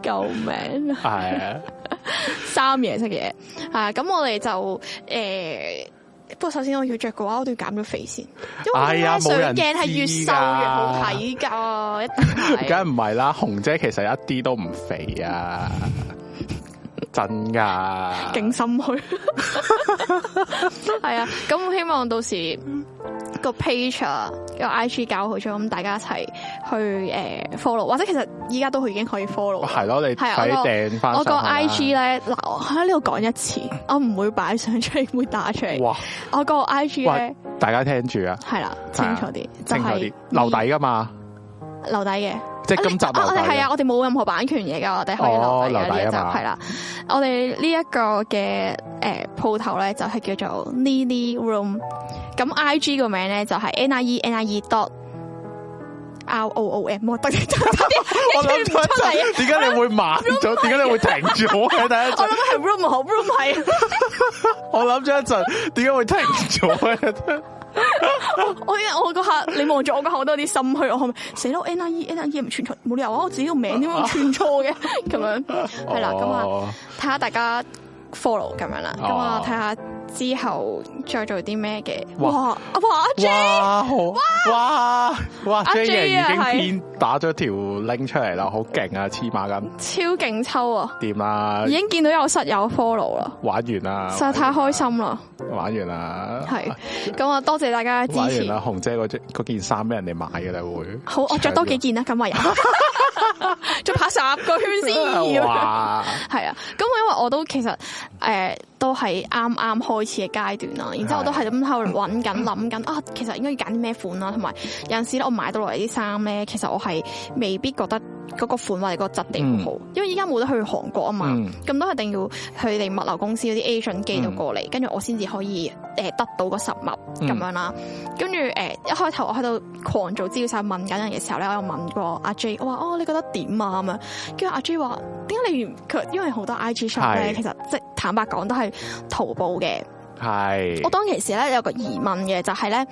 Speaker 1: 救命！
Speaker 2: 係啊，
Speaker 1: 三嘢識嘢，係啊！咁我哋就诶。不過首先我要着嘅話，我都要減咗肥先，因
Speaker 2: 哎
Speaker 1: 為
Speaker 2: 呀
Speaker 1: 咧上
Speaker 2: 冇人
Speaker 1: 鏡係越
Speaker 2: 知
Speaker 1: 瘦越
Speaker 2: 㗎
Speaker 1: 好睇 㗎，一定
Speaker 2: 梗
Speaker 1: 係。啊
Speaker 2: 係唔係啦，紅姐其實一啲都唔肥啊，真㗎。
Speaker 1: 勁心虛，係啊！咁希望到時個 page 啊，個 IG 搞好咗，咁大家一齊去诶 follow，或者其實依家都已經可以 follow
Speaker 2: 哇
Speaker 1: 啦。
Speaker 2: 哦係咯，你
Speaker 1: 係啊
Speaker 2: 快啲
Speaker 1: 我個
Speaker 2: 掟翻
Speaker 1: 我個
Speaker 2: 個
Speaker 1: I G 啊咧，嗱，我喺呢度講一次，我唔會擺相出嚟，會打出嚟。
Speaker 2: 哇！
Speaker 1: 我個 I G
Speaker 2: 喂
Speaker 1: 咧，
Speaker 2: 大家聽住啊，
Speaker 1: 係啦，
Speaker 2: 係
Speaker 1: 清
Speaker 2: 啊
Speaker 1: 楚啲，就
Speaker 2: 清楚
Speaker 1: 係
Speaker 2: 啲，留底噶嘛，
Speaker 1: 留底嘅。
Speaker 2: 即係今集
Speaker 1: 啊
Speaker 2: 留
Speaker 1: 我
Speaker 2: 底
Speaker 1: 哋係啊，
Speaker 2: 嘅。
Speaker 1: 我哋冇任何版權嘢噶，我哋可
Speaker 2: 哦
Speaker 1: 以留底嘅
Speaker 2: 留底
Speaker 1: 呢一
Speaker 2: 啊
Speaker 1: 集
Speaker 2: 嘛
Speaker 1: 係啦。我哋呢一個嘅誒鋪頭咧，就係叫做 Lily Room。咁 I G 個名咧就係 N I E N I E dot R O O M。我得 真啲，
Speaker 2: 我諗
Speaker 1: 唔出嚟啊
Speaker 2: 咗，點解你會慢咗？點解你會停住我嘅？第一
Speaker 1: 我
Speaker 2: 陣
Speaker 1: 諗，係 room 好 room 係。
Speaker 2: 我諗咗一陣，點解會停咗嘅？
Speaker 1: 我一我嗰下你望住我嗰下，我都有啲心虛，我後面死咯，N I E N I E 唔串錯，冇理由啊！我自己個名點解會串錯嘅咁樣，
Speaker 2: 哦
Speaker 1: 係啦，咁啊
Speaker 2: 啊，
Speaker 1: 睇下大家 follow 咁樣啦，咁啊
Speaker 2: 哦
Speaker 1: 睇下之後再做啲咩嘅，
Speaker 2: 哇
Speaker 1: 哇哇阿 J
Speaker 2: 哇，好哇哇
Speaker 1: 阿
Speaker 2: J
Speaker 1: J
Speaker 2: 爺已經
Speaker 1: 啊係
Speaker 2: 編打咗條 link 出嚟啦，好勁啊！黐馬咁
Speaker 1: 超勁抽啊！
Speaker 2: 掂啦
Speaker 1: 已，經見到有室友 follow 啦，
Speaker 2: 玩完啦，
Speaker 1: 實在太開心啦，
Speaker 2: 玩完啦，
Speaker 1: 係咁啊！多謝大家嘅
Speaker 2: 玩
Speaker 1: 支
Speaker 2: 完啦
Speaker 1: 持，，
Speaker 2: 紅姐嗰隻嗰件衫俾人哋買嘅啦會。
Speaker 1: 好我着多幾件啦，咁 啊，再拍十個圈先。
Speaker 2: 哇！
Speaker 1: 系啊，咁因為我都其實诶、呃都係啱啱開始嘅階段啦，然之后我都係咁喺度揾緊諗緊啊，其實應該要揀啲咩款啦，啊同埋有阵时咧我買到落嚟啲衫咧，其實我係未必覺得嗰個款或者個質地好好，因為依家冇得去韓國啊嘛
Speaker 2: 嗯，
Speaker 1: 咁、都一定要佢哋物流公司嗰啲 agent 寄到過嚟，跟住、我先至可以诶、呃得到個實物
Speaker 2: 嗯
Speaker 1: 咁啊樣啦。跟住誒一開頭我喺度狂做資料晒問緊人嘅時候咧，我有問過阿 J，我話哦你覺得點啊咁樣，跟住阿 J 話點解你唔佢因為好多 IG shop 咧，
Speaker 2: 係
Speaker 1: 其實即係坦白講都係淘寶嘅。
Speaker 2: 系
Speaker 1: 我當其時咧有個疑問嘅就係咧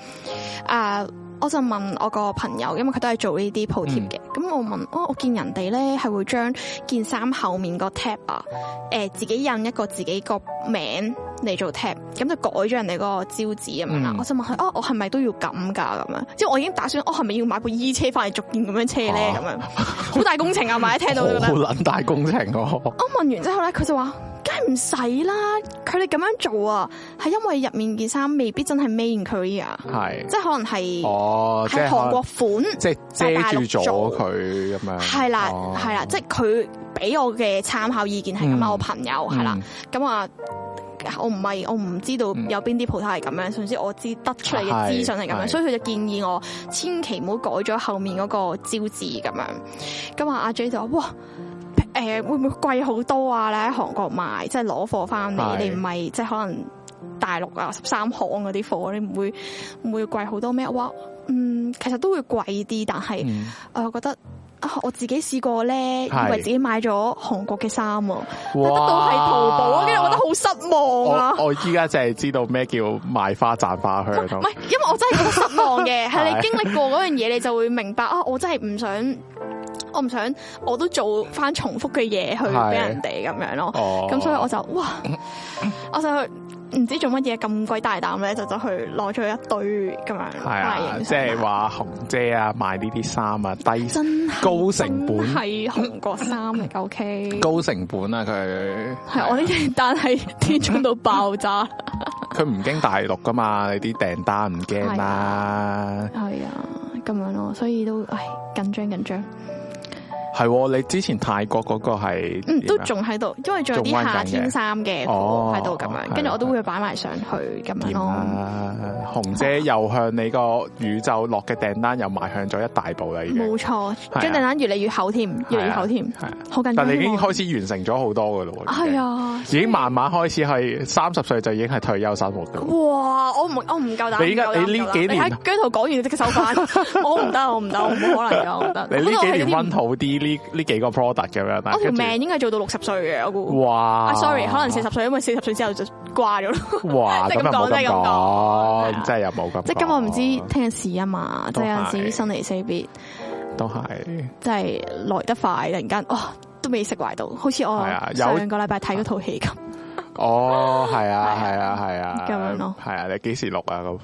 Speaker 1: 啊。我就問我個朋友，因為佢都係做呢啲鋪貼嘅，
Speaker 2: 嗯
Speaker 1: 咁、我問，哦，我見人哋咧係會將件衫後面個 tab 啊，誒、自己印一個自己個名嚟做 tab，咁就改咗人哋嗰個招紙咁樣啦
Speaker 2: 嗯。
Speaker 1: 我就問佢：哦，我係咪都要咁㗎？咁樣，即係我已經打算，我係咪要買部 E 車翻嚟逐件咁樣車咧？咁樣好大工程啊！買一聽到都覺得
Speaker 2: 哦好。撚大工程喎，
Speaker 1: 我問完之後咧，佢就話：梗係唔使啦，佢哋咁樣做啊，係因為入面件衫未必真係 main Korea，
Speaker 2: 係
Speaker 1: 即係可能係
Speaker 2: 哦，即
Speaker 1: 係
Speaker 2: 係
Speaker 1: 韓國
Speaker 2: 可
Speaker 1: 款，
Speaker 2: 能即係遮住咗佢咁樣，
Speaker 1: 係啦
Speaker 2: 哦
Speaker 1: 係啦，即係佢俾我嘅參考意見係咁啊，
Speaker 2: 嗯
Speaker 1: 我朋友係啦，咁啊。我唔係，我唔知道
Speaker 2: 嗯
Speaker 1: 有邊啲鋪頭係咁樣，甚至我知得出嚟嘅資訊係咁樣，
Speaker 2: 係
Speaker 1: 所以佢就建議我千祈唔好改咗後面嗰個招字咁樣。咁啊，阿 J 就話：哇，誒、會唔會貴好多啊？你喺韓國買，即係攞貨翻嚟，
Speaker 2: 係
Speaker 1: 你唔係即係可能大陸啊十三行嗰啲貨，你唔會唔會貴好多咩？我話嗯，其實都會貴啲，但係。
Speaker 2: 嗯
Speaker 1: 我又覺得啊，我自己試過咧，
Speaker 2: 係
Speaker 1: 以為自己買咗韓國嘅衫喎，但
Speaker 2: 哇
Speaker 1: 得到係淘寶啊，跟住我覺得好失望啊
Speaker 2: 我。我依家就係知道咩叫賣花賺花香
Speaker 1: 唔
Speaker 2: 咯
Speaker 1: 係，，因為我真係覺得失望嘅，係你
Speaker 2: 係
Speaker 1: 經歷過嗰樣嘢，你就會明白啊！我真係唔想，我唔想，我都做翻重複嘅嘢去俾人哋咁樣咯。
Speaker 2: 哦，
Speaker 1: 咁所以我就哇，我就去唔知做乜嘢咁鬼大膽咧，就走去攞咗一堆咁樣
Speaker 2: 係啊，
Speaker 1: 翻嚟影
Speaker 2: 即
Speaker 1: 相
Speaker 2: 係話紅姐啊賣呢啲衫啊低
Speaker 1: 真係
Speaker 2: 高成本
Speaker 1: 係韓國衫嚟嘅，OK。
Speaker 2: 高成本啊佢
Speaker 1: 系我呢啲單係天津到爆炸，
Speaker 2: 佢唔經大陸噶嘛，你啲訂單唔驚啦。
Speaker 1: 係啊，咁樣咯，所以都唉緊張緊張，
Speaker 2: 係喎，你之前泰國嗰個係
Speaker 1: 嗯，都
Speaker 2: 點啊
Speaker 1: 仲喺度，因為仲有啲
Speaker 2: 仲溫緊嘅
Speaker 1: 夏天衫嘅
Speaker 2: 哦
Speaker 1: 喺度咁樣，
Speaker 2: 係
Speaker 1: 跟住我都會擺埋上去咁樣
Speaker 2: 掂
Speaker 1: 咯，
Speaker 2: 啦。啊紅姐又向你個宇宙落嘅訂單又邁向咗一大步啦，已經
Speaker 1: 冇錯，
Speaker 2: 啊
Speaker 1: 張訂單越嚟越厚添，越嚟越厚添，
Speaker 2: 係啊
Speaker 1: 好緊張喎。
Speaker 2: 但你已經開始完成咗好多噶咯喎。已
Speaker 1: 係
Speaker 2: 經，
Speaker 1: 啊，
Speaker 2: 已經慢慢開始係三十歲就已經係退休生活噶。
Speaker 1: 哇！我唔我唔夠膽，
Speaker 2: 你依家
Speaker 1: 唔夠膽
Speaker 2: 你呢
Speaker 1: 唔夠膽
Speaker 2: 幾年啊
Speaker 1: 你睇姜濤講完你即刻收翻， 我唔得，我唔得，我冇可能㗎，我覺得。
Speaker 2: 你
Speaker 1: 我覺
Speaker 2: 呢幾
Speaker 1: 得我係
Speaker 2: 年
Speaker 1: 啲
Speaker 2: 温好啲呢呢幾個 product 咁樣啦。
Speaker 1: 我條
Speaker 2: 跟住
Speaker 1: 命應該做到六十歲嘅，我估。
Speaker 2: 哇
Speaker 1: 啊，sorry，可能四十歲，因為四十歲之後就掛咗咯。
Speaker 2: 哇，
Speaker 1: 即
Speaker 2: 咁
Speaker 1: 係咁
Speaker 2: 又冇
Speaker 1: 講即係咁講係啊
Speaker 2: 咁講，真係又冇咁講。
Speaker 1: 即係今日唔知聽日事啊嘛，即
Speaker 2: 哦都
Speaker 1: 係有陣
Speaker 2: 係
Speaker 1: 時生離死別，
Speaker 2: 都係。
Speaker 1: 真係來得快，突然間哇都未釋懷到，好似我
Speaker 2: 係啊有
Speaker 1: 上個禮拜睇嗰套戲 咁。
Speaker 2: 哦，系 啊，
Speaker 1: 係
Speaker 2: 系啊，系啊，
Speaker 1: 咁樣咯
Speaker 2: 系啊，你幾時錄啊？咁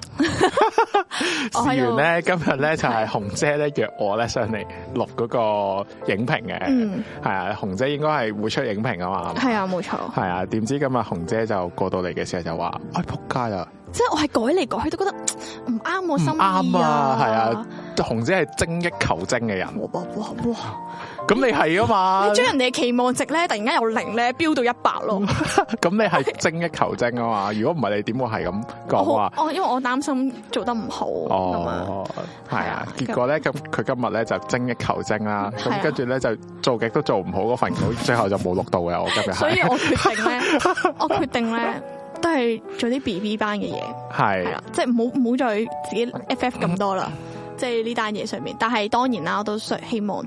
Speaker 1: 我喺
Speaker 2: 試
Speaker 1: 度
Speaker 2: 完咧，今日咧就係紅姐咧約我咧上嚟錄嗰個影評嘅，
Speaker 1: 嗯，
Speaker 2: 係啊，紅姐應該係會出影評啊嘛，
Speaker 1: 係啊，冇錯。
Speaker 2: 係啊，點知今日紅姐就過到嚟嘅時候就話：，哎，仆街啦！
Speaker 1: 即係我係改嚟改去都覺得嘖唔啱我心
Speaker 2: 唔
Speaker 1: 意
Speaker 2: 啱啊係
Speaker 1: 啊
Speaker 2: 啊。紅姐係精益求精嘅人，
Speaker 1: 哇哇哇哇！
Speaker 2: 咁你係啊嘛
Speaker 1: 你，將人哋嘅期望值咧，突然間由零咧飆到一百咯。
Speaker 2: 咁啊你係精益求精啊嘛，如果唔係你點會係咁
Speaker 1: 我
Speaker 2: 講話？
Speaker 1: 好我因為我擔心做得唔好咁啊。
Speaker 2: 哦，係
Speaker 1: 係啊
Speaker 2: 啊，結果咧咁佢今日咧就精益求精啦，
Speaker 1: 係啊
Speaker 2: 咁跟住咧就做極都做唔好嗰份稿，最後就冇錄到嘅。我今日
Speaker 1: 所以
Speaker 2: 係
Speaker 1: 我決定 咧，我決定咧都係做啲 B B 班嘅嘢，係
Speaker 2: 係
Speaker 1: 啦，即係唔好唔好再自己 F F 咁多啦。
Speaker 2: 嗯
Speaker 1: 即係呢單嘢上面，但係當然啦，我都想希望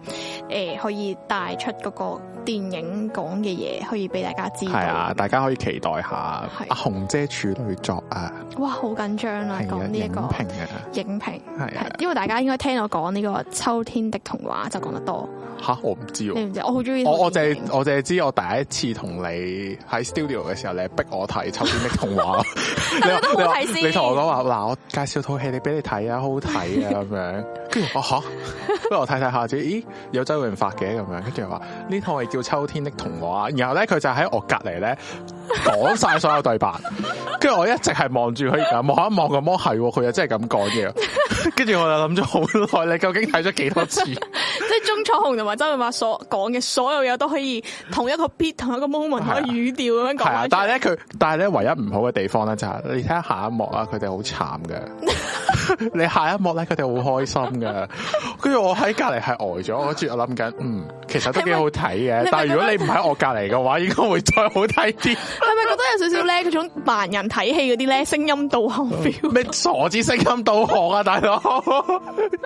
Speaker 1: 誒、可以帶出嗰個電影講嘅嘢，可以俾大家知道。
Speaker 2: 係啊，大家可以期待下阿紅姐處女作啊，
Speaker 1: 哇，好緊張啦，
Speaker 2: 係
Speaker 1: 講
Speaker 2: 啊，
Speaker 1: 呢一
Speaker 2: 影
Speaker 1: 個
Speaker 2: 評啊，
Speaker 1: 影評，
Speaker 2: 係啊
Speaker 1: 係，因為大家應該聽我講呢個《秋天的童話》就講得多，
Speaker 2: 吓我唔知
Speaker 1: 你
Speaker 2: 喎。
Speaker 1: 唔知？我好中意呢套電啊
Speaker 2: 嗯我
Speaker 1: 影。
Speaker 2: 我就係我就係知我第一次同你 喺 studio 嘅時候，你係逼我睇《秋天的童話》
Speaker 1: 但係
Speaker 2: 你
Speaker 1: 都
Speaker 2: 話，
Speaker 1: 好睇
Speaker 2: 你話
Speaker 1: 先
Speaker 2: 你同我講話嗱，我介紹套戲你俾你睇啊，好好睇啊咁樣。跟住我吓，不如我睇睇下自己，咦有周潤發嘅咁樣。跟住話呢套係叫《秋天的童話》，然後咧佢就喺我隔離咧講晒所有對白，跟住我一直係望住佢，然後望一望個魔係喎，佢又真係咁講嘅。跟住我就諗咗好耐，你究竟睇咗幾多次？
Speaker 1: 即係鍾楚紅同埋周潤發所講嘅所有嘢都可以同一個 beat、同一個 moment、同
Speaker 2: 係啊
Speaker 1: 一個語調咁樣講
Speaker 2: 係啊，
Speaker 1: 翻出
Speaker 2: 但係
Speaker 1: 嚟。
Speaker 2: 咧佢，但係咧唯一唔好嘅地方咧就係、你睇下下一幕啊，佢哋好慘嘅。 你下一幕咧，佢哋好開心嘅。跟住我喺隔離係呆咗，跟住我諗緊，嗯，其實都幾好睇
Speaker 1: 你咪
Speaker 2: 嘅。但係如果
Speaker 1: 你咪
Speaker 2: 你唔喺我隔離嘅話，應該會再好睇 啲。
Speaker 1: 係咪覺得有少少咧嗰種盲人睇戲嗰啲
Speaker 2: 嗯
Speaker 1: 咧聲音導航 feel？
Speaker 2: 咩傻子聲音導航啊，大佬！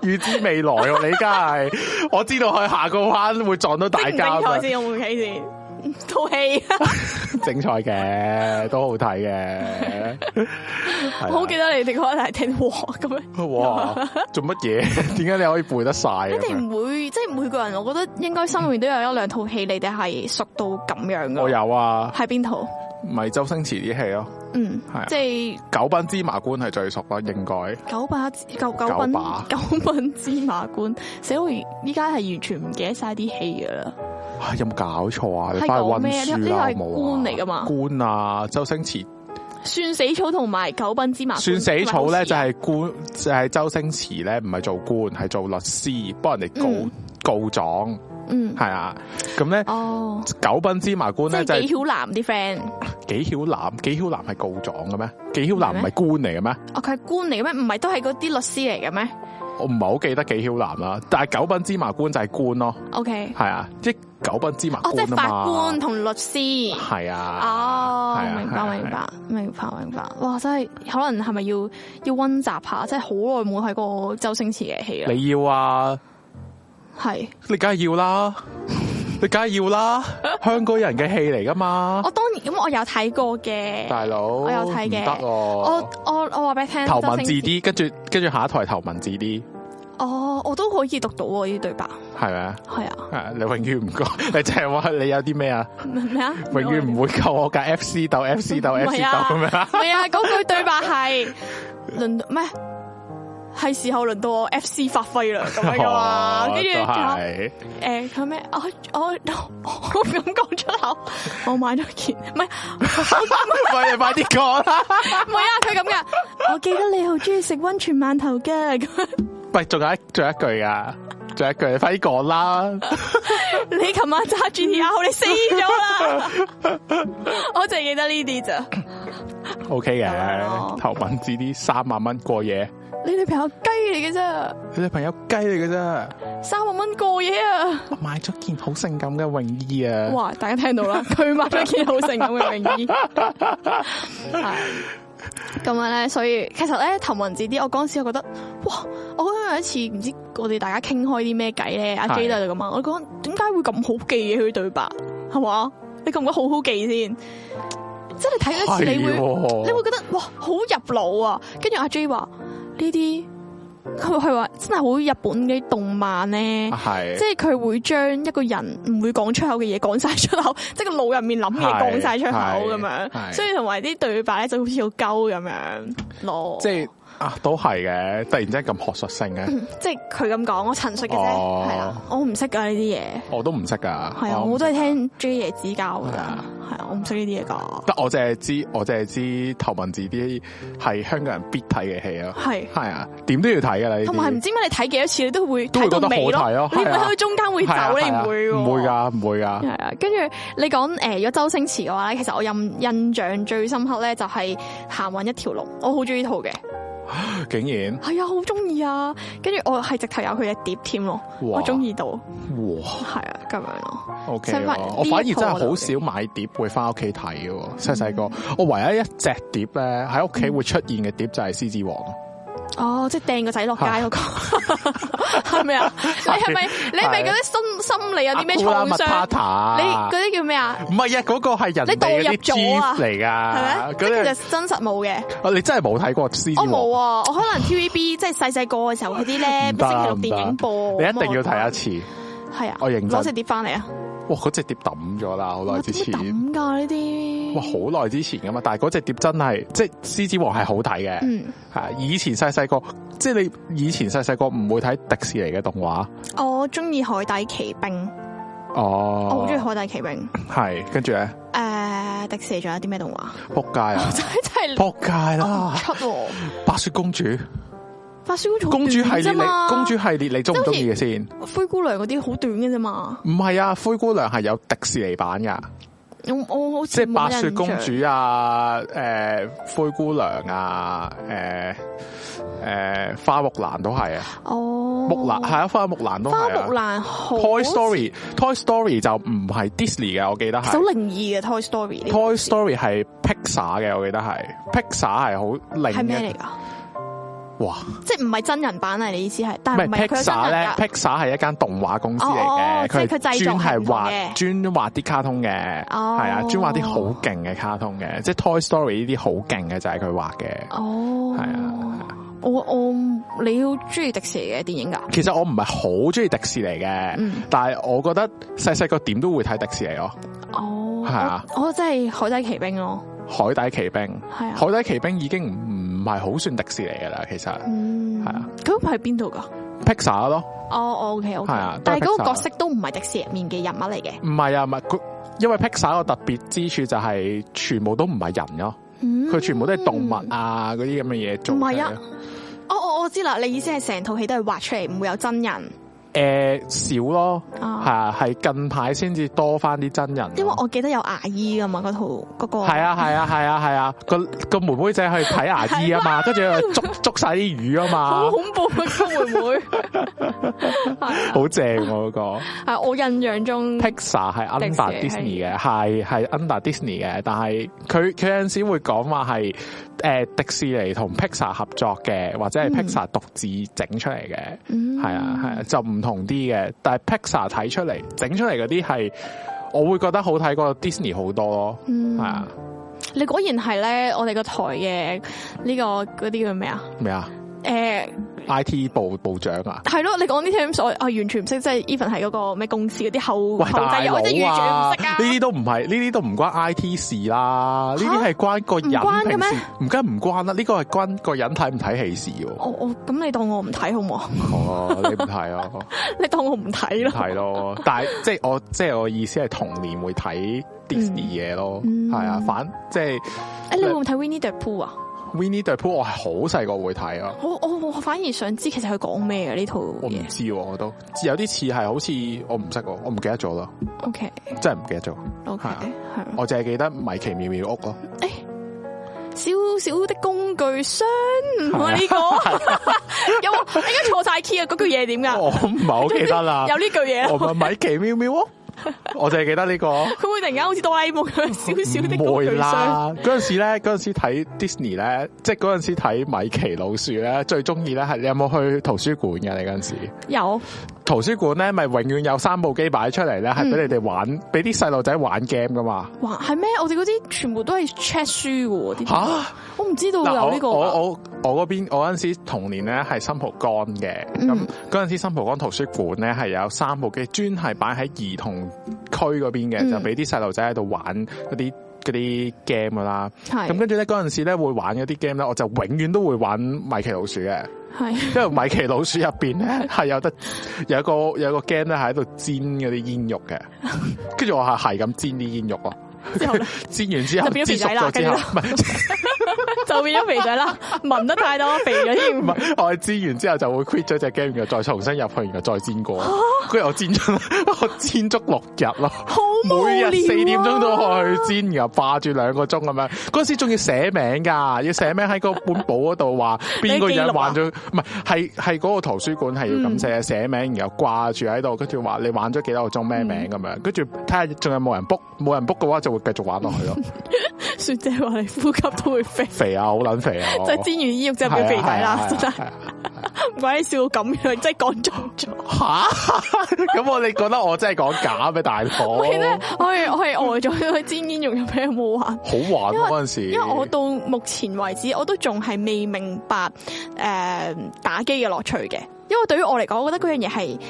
Speaker 2: 預知未來喎、你梗係我知道佢下個彎會撞到大
Speaker 1: 精唔精
Speaker 2: 家啊嘛
Speaker 1: 彩先？我唔睇先？套戲
Speaker 2: 啊精彩嘅，都好睇 嘅。係啦啊
Speaker 1: 我好記得你哋嗰日係聽哇咁樣。
Speaker 2: 哇！做乜嘢？ 點解你可以背得晒
Speaker 1: 一
Speaker 2: 咁樣？
Speaker 1: 定會，即係每個人，我覺得應該心裏面都有一兩套戲，你哋係熟到咁樣
Speaker 2: 我
Speaker 1: 噶。
Speaker 2: 有啊，
Speaker 1: 係邊套？
Speaker 2: 咪周星馳啲戲咯，
Speaker 1: 嗯
Speaker 2: 係啊，
Speaker 1: 即係
Speaker 2: 九品芝麻官係最熟啦，應該
Speaker 1: 九把九九品
Speaker 2: 把
Speaker 1: 九品芝麻官，社會依家係完全唔記得晒啲戲噶啦。
Speaker 2: 唉有冇搞錯啊？你
Speaker 1: 係
Speaker 2: 翻去
Speaker 1: 講
Speaker 2: 温
Speaker 1: 咩呢
Speaker 2: 書
Speaker 1: 呢個
Speaker 2: 啦，好
Speaker 1: 係
Speaker 2: 冇啊
Speaker 1: 官嚟㗎嘛
Speaker 2: 官啊，周星馳
Speaker 1: 算死草同埋九品芝麻官啊
Speaker 2: 算死草咧，就
Speaker 1: 係
Speaker 2: 係官，就係周星馳咧，唔係做官，係做律師，幫人哋告、
Speaker 1: 嗯
Speaker 2: 告狀，
Speaker 1: 嗯
Speaker 2: 係啊。咁咧，
Speaker 1: 哦，
Speaker 2: 九品芝麻官
Speaker 1: 即
Speaker 2: 咧就
Speaker 1: 係
Speaker 2: 係
Speaker 1: 紀曉嵐啲 friend，
Speaker 2: 紀曉嵐，紀曉嵐係告狀嘅咩？紀曉嵐唔係官嚟嘅咩？
Speaker 1: 哦佢係官嚟嘅咩？唔係都係嗰啲律師嚟嘅咩
Speaker 2: 我唔係好記得紀曉嵐啦，但係九品芝麻官就係官咯，
Speaker 1: ？OK，
Speaker 2: 係啊，即係九品芝麻
Speaker 1: 哦即
Speaker 2: 官
Speaker 1: 係
Speaker 2: 啊
Speaker 1: 法
Speaker 2: 嘛
Speaker 1: 官，同律師。
Speaker 2: 係啊，
Speaker 1: 哦
Speaker 2: 係，啊
Speaker 1: 明
Speaker 2: 係啊
Speaker 1: 白明白明白明白，哇！真係可能係咪要要温習下？即係好耐冇睇過周星馳嘅戲啦，
Speaker 2: 你要啊，
Speaker 1: 係。
Speaker 2: 你梗係要啦， 你梗係 要啦，香港人嘅戲嚟噶嘛
Speaker 1: 我，當然咁，我有睇過嘅。
Speaker 2: 大佬，
Speaker 1: 哦我有睇嘅
Speaker 2: 唔得
Speaker 1: 我
Speaker 2: 喎。
Speaker 1: 我我話俾你聽，
Speaker 2: 投文
Speaker 1: 周
Speaker 2: 字
Speaker 1: 星馳
Speaker 2: 啲，跟住跟住下一台投文字啲，
Speaker 1: 哦，我都可以讀到喎呢啲對白，
Speaker 2: 係咪啊？
Speaker 1: 係 啊，
Speaker 2: 係啊你永遠唔講， 你淨係話你有啲咩啊？
Speaker 1: 咩啊？
Speaker 2: 永遠唔會夠我架 F C 鬥 F C 鬥 F C 鬥咁樣啊。
Speaker 1: 係啊，嗰句對白係輪到咩？係時候輪到我 FC 發揮啦，咁樣噶 嘛，啊
Speaker 2: 哦
Speaker 1: 跟住仲有
Speaker 2: 系
Speaker 1: 誒佢咩？我我 我唔敢講出口，我買咗件唔係
Speaker 2: 喂， 你快啲講啦！
Speaker 1: 唔係啊，佢咁噶。我記得你好中意食温泉饅頭嘅，咁樣
Speaker 2: 喂，仲有一仲有一句噶，仲有一句，你快啲講 啦！
Speaker 1: 你琴晚揸 G T R，你死咗啦！ 我淨係記得呢啲咋。
Speaker 2: O K
Speaker 1: 咁樣咯
Speaker 2: 嘅，頭文字啲三萬蚊過夜，
Speaker 1: 你女朋友雞嚟嘅啫，
Speaker 2: 佢女朋友雞嚟嘅啫，
Speaker 1: 三萬蚊過夜啊！
Speaker 2: 我買咗件好性感嘅泳衣啊！
Speaker 1: 哇，大家聽到啦，佢買咗件好性感嘅泳衣，係啊咁樣咧，所以其實咧頭文字 D，我嗰陣時我覺得，哇！我覺得有一次唔知我哋大家傾開啲咩偈咧，阿
Speaker 2: 係
Speaker 1: J 都係咁問我講點解會咁好記嘅佢對白係嘛？你覺唔覺好好記先？即係你睇一次你會。你會
Speaker 2: 喎，
Speaker 1: 覺得哇好入腦啊！跟住阿 J 話呢啲，佢佢話真係好日本嘅動漫咧，
Speaker 2: 啊係
Speaker 1: 即係佢會將一個人唔會講出口嘅嘢講晒出口， 即係個腦入面諗嘅嘢講晒出口咁
Speaker 2: 係
Speaker 1: 樣，
Speaker 2: 係
Speaker 1: 所以同埋啲對白咧就好似好鳩咁樣咯。
Speaker 2: 即係啊，都係嘅。突然之間咁學術性 嘅，
Speaker 1: 即係佢咁講，我陳述嘅啫，
Speaker 2: 哦
Speaker 1: 係啦，我唔識噶呢啲嘢，
Speaker 2: 我都唔識噶。
Speaker 1: 係啊，我都係聽 J 爺指教噶，係
Speaker 2: 係啊
Speaker 1: 啊，我唔識呢啲嘢噶，
Speaker 2: 得我淨係知，我淨係知頭文字啲係香港人必睇嘅戲咯。
Speaker 1: 係。
Speaker 2: 係啊，點都要睇噶啦呢啲。
Speaker 1: 同埋唔知點解你睇幾多次，你都會
Speaker 2: 都會
Speaker 1: 睇到
Speaker 2: 覺得
Speaker 1: 尾
Speaker 2: 好睇
Speaker 1: 咯
Speaker 2: 咯。
Speaker 1: 你唔
Speaker 2: 係啊
Speaker 1: 會去中間會走
Speaker 2: 係啊，
Speaker 1: 你
Speaker 2: 係啊
Speaker 1: 唔會喎
Speaker 2: 唔會。噶，唔會噶
Speaker 1: 係。啊，跟住你講誒，如果周星馳嘅話咧，其實我印印象最深刻咧就係《行運一條龍》，我好中意呢套嘅，
Speaker 2: 竟然，
Speaker 1: 係啊，好中意啊。跟住我係直頭有佢嘅碟添咯，
Speaker 2: 哇
Speaker 1: 我中意到，
Speaker 2: 哇
Speaker 1: 係啊，咁樣咯。
Speaker 2: ，O K
Speaker 1: 想買
Speaker 2: 我反而真係
Speaker 1: 呢個
Speaker 2: 好少買碟會翻屋企睇嘅喎。細細個，
Speaker 1: 嗯
Speaker 2: 我唯一一隻碟咧喺屋企會出現嘅碟就係《獅子王》。
Speaker 1: 哦，即係掟個仔落街嗰個，係咪啊？你係咪你係咪
Speaker 2: 係
Speaker 1: 嗰啲心心理有啲咩
Speaker 2: 阿
Speaker 1: 創
Speaker 2: 古拉麥
Speaker 1: 傷？
Speaker 2: 塔
Speaker 1: 你
Speaker 2: 塔
Speaker 1: 嗰啲叫咩啊？
Speaker 2: 唔係啊，嗰個係人
Speaker 1: 你導
Speaker 2: 哋嗰
Speaker 1: 入
Speaker 2: 啲
Speaker 1: 咗啊
Speaker 2: GIF 嚟
Speaker 1: 係咪？
Speaker 2: 㗎。
Speaker 1: 即係其
Speaker 2: 嗰
Speaker 1: 實真實冇嘅。
Speaker 2: 啲你真係冇睇過《獅
Speaker 1: 我
Speaker 2: 子王》
Speaker 1: 冇啊，我可能 TVB 即係細細個嘅時候嗰啲咧，星
Speaker 2: 唔得
Speaker 1: 期
Speaker 2: 啊
Speaker 1: 六電影播，
Speaker 2: 你一定要睇一次。
Speaker 1: 一，係啊，
Speaker 2: 我認真
Speaker 1: 攞隻碟翻嚟啊！
Speaker 2: 哇！嗰只碟抌咗啦，好耐之前
Speaker 1: 哇。點解抌㗎呢啲，
Speaker 2: 哇，好耐之前噶嘛，但係嗰只碟真係，即係《獅子王》係好睇嘅，
Speaker 1: 嗯，
Speaker 2: 係啊以前細細個，即係你以前細細個唔會睇迪士尼嘅動畫，
Speaker 1: 我中意海底奇兵，
Speaker 2: 哦，
Speaker 1: 我好中意海底奇兵。
Speaker 2: 係，跟住咧，
Speaker 1: 誒，迪士尼仲有啲咩動 畫？，
Speaker 2: 撲街啊
Speaker 1: 哦真係哦
Speaker 2: 撲街
Speaker 1: 唔
Speaker 2: 啦，
Speaker 1: 出喎！
Speaker 2: 白雪公主，
Speaker 1: 白雪公主好
Speaker 2: 公主系
Speaker 1: 短
Speaker 2: 列
Speaker 1: 啫
Speaker 2: 你，
Speaker 1: 嘛
Speaker 2: 公主系列你中唔中意嘅先？
Speaker 1: 灰姑娘嗰啲好短嘅啫嘛，
Speaker 2: 唔係啊，灰姑娘係有迪士尼版噶，
Speaker 1: 我我好似
Speaker 2: 即係
Speaker 1: 冇
Speaker 2: 白
Speaker 1: 印
Speaker 2: 雪公
Speaker 1: 象
Speaker 2: 主啊，誒，灰姑娘啊，誒，誒，花木蘭都係啊，
Speaker 1: 哦，
Speaker 2: 木蘭係啊，花木蘭都
Speaker 1: 花
Speaker 2: 係啊
Speaker 1: 木。蘭好
Speaker 2: Toy Story，Toy Story 就唔係 Disney 嘅，我記得
Speaker 1: 好
Speaker 2: 係。
Speaker 1: 靈異嘅 Toy Story 呢個
Speaker 2: Toy Story 係 Pixar 嘅，我記得係 Pixar 係好
Speaker 1: 係
Speaker 2: 另
Speaker 1: 咩
Speaker 2: 一
Speaker 1: 嚟㗎？
Speaker 2: 哇，
Speaker 1: 即係唔係真人版啊？你意思係？但
Speaker 2: 唔
Speaker 1: 係
Speaker 2: 係
Speaker 1: 唔係佢有真
Speaker 2: Pixar 咧
Speaker 1: 人㗎？
Speaker 2: ，Pixar 係一間動畫公司嚟
Speaker 1: 哦哦
Speaker 2: 嘅，
Speaker 1: 即係佢製
Speaker 2: 係
Speaker 1: 作
Speaker 2: 專
Speaker 1: 係
Speaker 2: 係
Speaker 1: 唔同嘅
Speaker 2: 畫專畫啲卡通嘅，係
Speaker 1: 哦
Speaker 2: 啊，專畫啲好勁嘅卡通嘅，即係 Toy Story 呢啲好勁嘅就係佢畫嘅。
Speaker 1: 哦，
Speaker 2: 係啊，
Speaker 1: 我我你好中意迪士尼嘅電影㗎？
Speaker 2: 其實我唔係好中意迪士尼嘅，
Speaker 1: 嗯
Speaker 2: 但係我覺得細細個點都會睇迪士尼咯，
Speaker 1: 哦，
Speaker 2: 係啊
Speaker 1: 我我真係海底奇兵咯，
Speaker 2: 海底奇兵，
Speaker 1: 係啊，
Speaker 2: 海底奇兵已經唔唔係好算迪士尼噶啦，其實
Speaker 1: 嗯，
Speaker 2: 係啊，
Speaker 1: 咁係邊度噶？
Speaker 2: Pixar 咯，
Speaker 1: 哦哦，OK
Speaker 2: 係啊
Speaker 1: OK，
Speaker 2: 都係
Speaker 1: 但係嗰
Speaker 2: Pixar
Speaker 1: 個角色都唔係迪士尼入面嘅人物嚟嘅，
Speaker 2: 唔係啊，唔係佢，因為 Pixar 個特別之處就係全部都唔係人咯，
Speaker 1: 嗯
Speaker 2: 佢全部都係動物啊嗰啲咁嘅嘢做。
Speaker 1: 唔係啊，哦哦，我知啦，你意思係成套戲都係畫出嚟，唔會有真人
Speaker 2: 诶、呃少咯，係
Speaker 1: 啊？
Speaker 2: 啊，係近排先至多翻啲真人咯。
Speaker 1: 因為我記得有牙醫噶嘛，嗰套嗰個
Speaker 2: 嗯係啊係啊係啊係啊，個個妹妹仔去 睇牙醫啊嘛，跟住佢捉捉晒啲魚啊
Speaker 1: 好
Speaker 2: 嘛，
Speaker 1: 恐怖啊！會唔 會係啊
Speaker 2: 好正喎嗰個。
Speaker 1: 係我印象中
Speaker 2: Pixar 係 under
Speaker 1: 迪士尼
Speaker 2: Disney 嘅，係係 under Disney 嘅，但係佢佢有陣時會講話係誒呃迪士尼同 Pixar 合作嘅，或者係
Speaker 1: 嗯
Speaker 2: Pixar 獨自整出嚟嘅，
Speaker 1: 嗯
Speaker 2: 係啊係啊，就唔同啲嘅。但係 Pixar 睇出嚟整出嚟嗰啲係，我會覺得好睇過 Disney 好多咯，
Speaker 1: 嗯
Speaker 2: 係啊
Speaker 1: 你果然係咧，我哋個台嘅呢個嗰啲叫咩啊？
Speaker 2: 咩啊
Speaker 1: 誒
Speaker 2: ？IT 部部長啊！
Speaker 1: 係咯，你講啲 terms 我我完全唔識，即係 even 係嗰個咩公司嗰啲後
Speaker 2: 喂，
Speaker 1: 哦後
Speaker 2: 大
Speaker 1: 製，
Speaker 2: 佬
Speaker 1: 我真係
Speaker 2: 啊！
Speaker 1: 完
Speaker 2: 呢
Speaker 1: 全唔識啊！
Speaker 2: 啲都唔係，呢啲都唔關 I T 事啦，呢啲係關個
Speaker 1: 唔關嘅
Speaker 2: 人平
Speaker 1: 咩
Speaker 2: 時唔梗係唔關啦，呢個係關個人睇唔睇戲事喎。
Speaker 1: 我我咁你當我唔睇好唔好？啊
Speaker 2: 哦，你唔睇 啊？
Speaker 1: 你當我唔睇
Speaker 2: 唔
Speaker 1: 咯。
Speaker 2: 睇咯，但系即系我即系我意思係童年會睇 Disney 嘢咯，
Speaker 1: 嗯
Speaker 2: 係啊，反即係
Speaker 1: 誒，你會唔會睇 Winnie the Pooh 啊？
Speaker 2: Winnie the Pooh 我係好細個會睇啊，
Speaker 1: 我我我反而想知其實佢講咩啊嘅呢套
Speaker 2: 我唔
Speaker 1: 嘢。
Speaker 2: 知喎我都有啲似係好似我唔識喎，我唔記得咗啦，
Speaker 1: O K
Speaker 2: 真係唔記得咗，
Speaker 1: O K
Speaker 2: 係啊
Speaker 1: 係啊
Speaker 2: 我淨係記得米奇妙妙屋咯，
Speaker 1: 少少的工具箱
Speaker 2: 啊
Speaker 1: 喎呢個 有冇？你而家錯晒 key 啊！嗰句嘢點㗎？
Speaker 2: 我唔係好記得啦，
Speaker 1: 有呢句嘢啊
Speaker 2: 我
Speaker 1: 啦。
Speaker 2: 咪米奇妙妙屋，我淨係記得呢個。
Speaker 1: 佢會突然間好似哆啦 A 夢咁樣少少的
Speaker 2: 唔
Speaker 1: 工
Speaker 2: 會
Speaker 1: 具箱。
Speaker 2: 啦！嗰陣時咧，嗰陣時睇 Disney 咧，即係嗰陣時睇米奇老鼠咧，最中意咧係你有冇去圖書館嘅？你嗰陣時
Speaker 1: 有
Speaker 2: 圖書館咧，咪永遠有三部機擺出嚟咧，係俾你哋玩，俾啲細路仔玩 game 噶嘛？
Speaker 1: 哇，係咩？我哋嗰啲全部都係 check 書嘅喎，啲
Speaker 2: 吓
Speaker 1: 我唔知道
Speaker 2: 嗱，
Speaker 1: 有呢個
Speaker 2: 我
Speaker 1: 㗎。
Speaker 2: 我我我嗰邊我嗰陣時童年咧係新蒲崗嘅，
Speaker 1: 嗯
Speaker 2: 咁嗰陣時新蒲崗圖書館咧係有三部機專係擺喺兒童區嗰邊嘅，
Speaker 1: 嗯
Speaker 2: 就俾啲細路仔喺度玩嗰啲嗰啲 game 噶啦。咁
Speaker 1: 係
Speaker 2: 跟住咧，嗰陣時咧會玩嗰啲 game 咧，我就永遠都會玩米奇老鼠嘅，
Speaker 1: 係
Speaker 2: 因為米奇老鼠入邊咧係有得 有一個有一個 game 咧係喺度煎嗰啲煙 肉嘅，跟住我係係咁煎啲煙肉咯，
Speaker 1: 之後咧
Speaker 2: 煎完之後
Speaker 1: 就變咗
Speaker 2: 煎
Speaker 1: 肥仔
Speaker 2: 熟
Speaker 1: 啦
Speaker 2: 咗之後，
Speaker 1: 跟
Speaker 2: 唔係
Speaker 1: 就變咗肥仔啦， 聞得太多肥咗添
Speaker 2: 唔。係，我係煎完之後就會 quit 咗只 game，然後再重新入去，然後再煎
Speaker 1: 啊
Speaker 2: 過，跟住我煎咗 我煎足六日咯。
Speaker 1: 好無
Speaker 2: 每
Speaker 1: 聊啊
Speaker 2: 日四點鐘都去煎，然後霸住兩個鐘咁樣。嗰陣時仲要寫名㗎，要寫名喺個本簿嗰度 話邊個人玩
Speaker 1: 啊
Speaker 2: 咗，唔係係係嗰個圖書館係要咁
Speaker 1: 嗯
Speaker 2: 寫寫名，然後掛住喺度，跟住話你玩咗幾多個鐘咩名咁
Speaker 1: 嗯
Speaker 2: 樣，跟住睇下仲有冇人 book，冇人 book 嘅話就會繼續玩落 去咯。
Speaker 1: 雪姐話你呼吸都會肥，
Speaker 2: 肥啊，好撚肥啊！我
Speaker 1: 即係煎完煙肉之後變肥仔啦，真
Speaker 2: 係
Speaker 1: 係
Speaker 2: 啊係啊係啊
Speaker 1: 唔怪你笑到咁樣，真係講中咗。
Speaker 2: 吓， 咁我你覺得我真係講假咩，大佬？
Speaker 1: 我記得我係我係呆咗，佢煎煙肉有咩冇玩？
Speaker 2: 好玩啊嗰陣時，
Speaker 1: 因為我到目前為止，我都仲係未明白诶、呃打機嘅樂趣嘅，因為對於我嚟講，我覺得嗰樣嘢係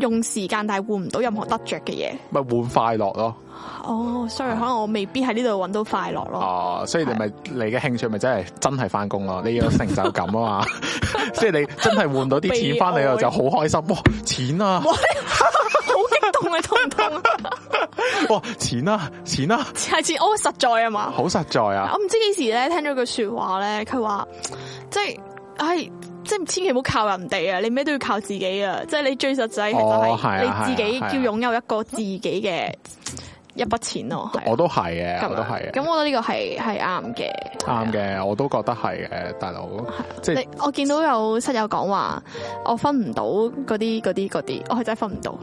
Speaker 1: 用時間，但係換唔到任何得着嘅嘢。
Speaker 2: 咪換快樂咯。
Speaker 1: 哦，sorry，可
Speaker 2: 啊
Speaker 1: 能我未必喺呢度揾到快樂咯。
Speaker 2: 哦，所以你咪你嘅興趣咪真係真係翻工咯，你要有成就感 啊嘛，即係你真係換到啲錢翻嚟，我就好開心。哇，錢啊！
Speaker 1: 哇，好激動啊，痛唔痛啊？
Speaker 2: 哇，錢啊！錢啊！
Speaker 1: 下次我實在啊嘛，
Speaker 2: 好實在啊！
Speaker 1: 我唔知幾時咧聽咗句说話咧，佢話即係唉，即係千祈唔好靠人哋啊，你咩都要靠自己啊，即係你最實際就
Speaker 2: 哦係啊
Speaker 1: 係你自己
Speaker 2: 係啊係啊
Speaker 1: 要擁有一個自己嘅一筆錢咯，係啊
Speaker 2: 我都係嘅，
Speaker 1: 咁
Speaker 2: 我都係啊
Speaker 1: 樣
Speaker 2: 嘅，
Speaker 1: 咁啊我覺得呢個係係啱嘅，
Speaker 2: 啱嘅，我都覺得係嘅，大佬。
Speaker 1: 啊
Speaker 2: 即係
Speaker 1: 你我見到有室友講話，我分唔到嗰啲嗰啲嗰啲，我係真係分唔
Speaker 2: 哦
Speaker 1: 到，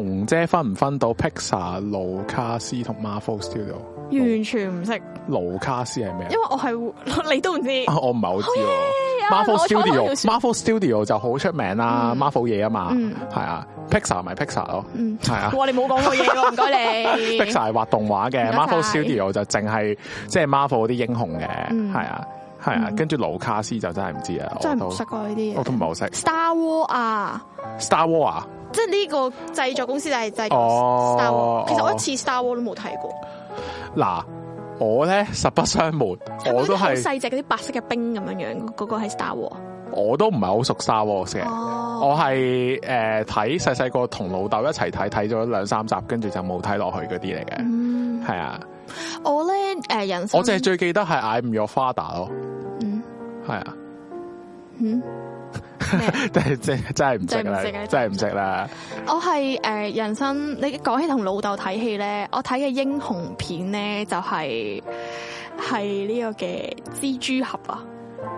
Speaker 2: 紅姐分唔分到 Pixar、盧卡斯同 Marvel Studio？
Speaker 1: 完全唔識，
Speaker 2: 盧卡斯係咩啊
Speaker 1: 因為我係 你都唔知。
Speaker 2: 啊我唔係好知喎。
Speaker 1: 啊
Speaker 2: Marvel
Speaker 1: 我坐多條
Speaker 2: Studio
Speaker 1: 船
Speaker 2: Marvel Studio 就好出名啦
Speaker 1: 嗯
Speaker 2: ，Marvel 嘢啊嘛，
Speaker 1: 嗯
Speaker 2: 係啊，Pixar 咪 Pixar 咯，
Speaker 1: 嗯
Speaker 2: 係啊。
Speaker 1: 哇！你冇講過嘢喎，唔該你。
Speaker 2: Pixar 係畫動畫嘅
Speaker 1: 唔該晒
Speaker 2: ，Marvel Studio 就淨係即係 Marvel 嗰啲英雄嘅，
Speaker 1: 嗯
Speaker 2: 係啊係啊，
Speaker 1: 嗯
Speaker 2: 跟住盧卡斯就真係唔知啊，我
Speaker 1: 真係
Speaker 2: 都
Speaker 1: 唔識啊呢啲
Speaker 2: 我
Speaker 1: 嘢。
Speaker 2: 都唔係好識
Speaker 1: Star War 啊，
Speaker 2: Star War 啊，
Speaker 1: 即係呢個製作公司就係製作
Speaker 2: 哦
Speaker 1: Star War。其實我
Speaker 2: 哦
Speaker 1: 一次 Star War 都冇睇過，
Speaker 2: 嗱，我咧實不相瞞，我都
Speaker 1: 好
Speaker 2: 係
Speaker 1: 細只嗰啲白色嘅冰咁樣樣，嗰、嗰個係 Star War。
Speaker 2: 我都唔係好熟 Star Wars 嘅。
Speaker 1: 哦，
Speaker 2: 我係誒睇細細個同老豆一齊睇，睇咗兩三集，跟住就冇睇落去嗰啲嚟嘅，
Speaker 1: 嗯，
Speaker 2: 係啊，
Speaker 1: 我咧誒、呃人生，
Speaker 2: 我淨係最記得係 I'm Your Father 咯，
Speaker 1: 嗯
Speaker 2: 係啊，
Speaker 1: 嗯。咩啊
Speaker 2: 真係真係真係唔識
Speaker 1: 真係唔識啊
Speaker 2: 啦，真係唔識啦，
Speaker 1: 我係誒、呃人生，你講起同老豆睇戲咧，我睇嘅英雄片咧就係係呢個嘅蜘蛛俠啊，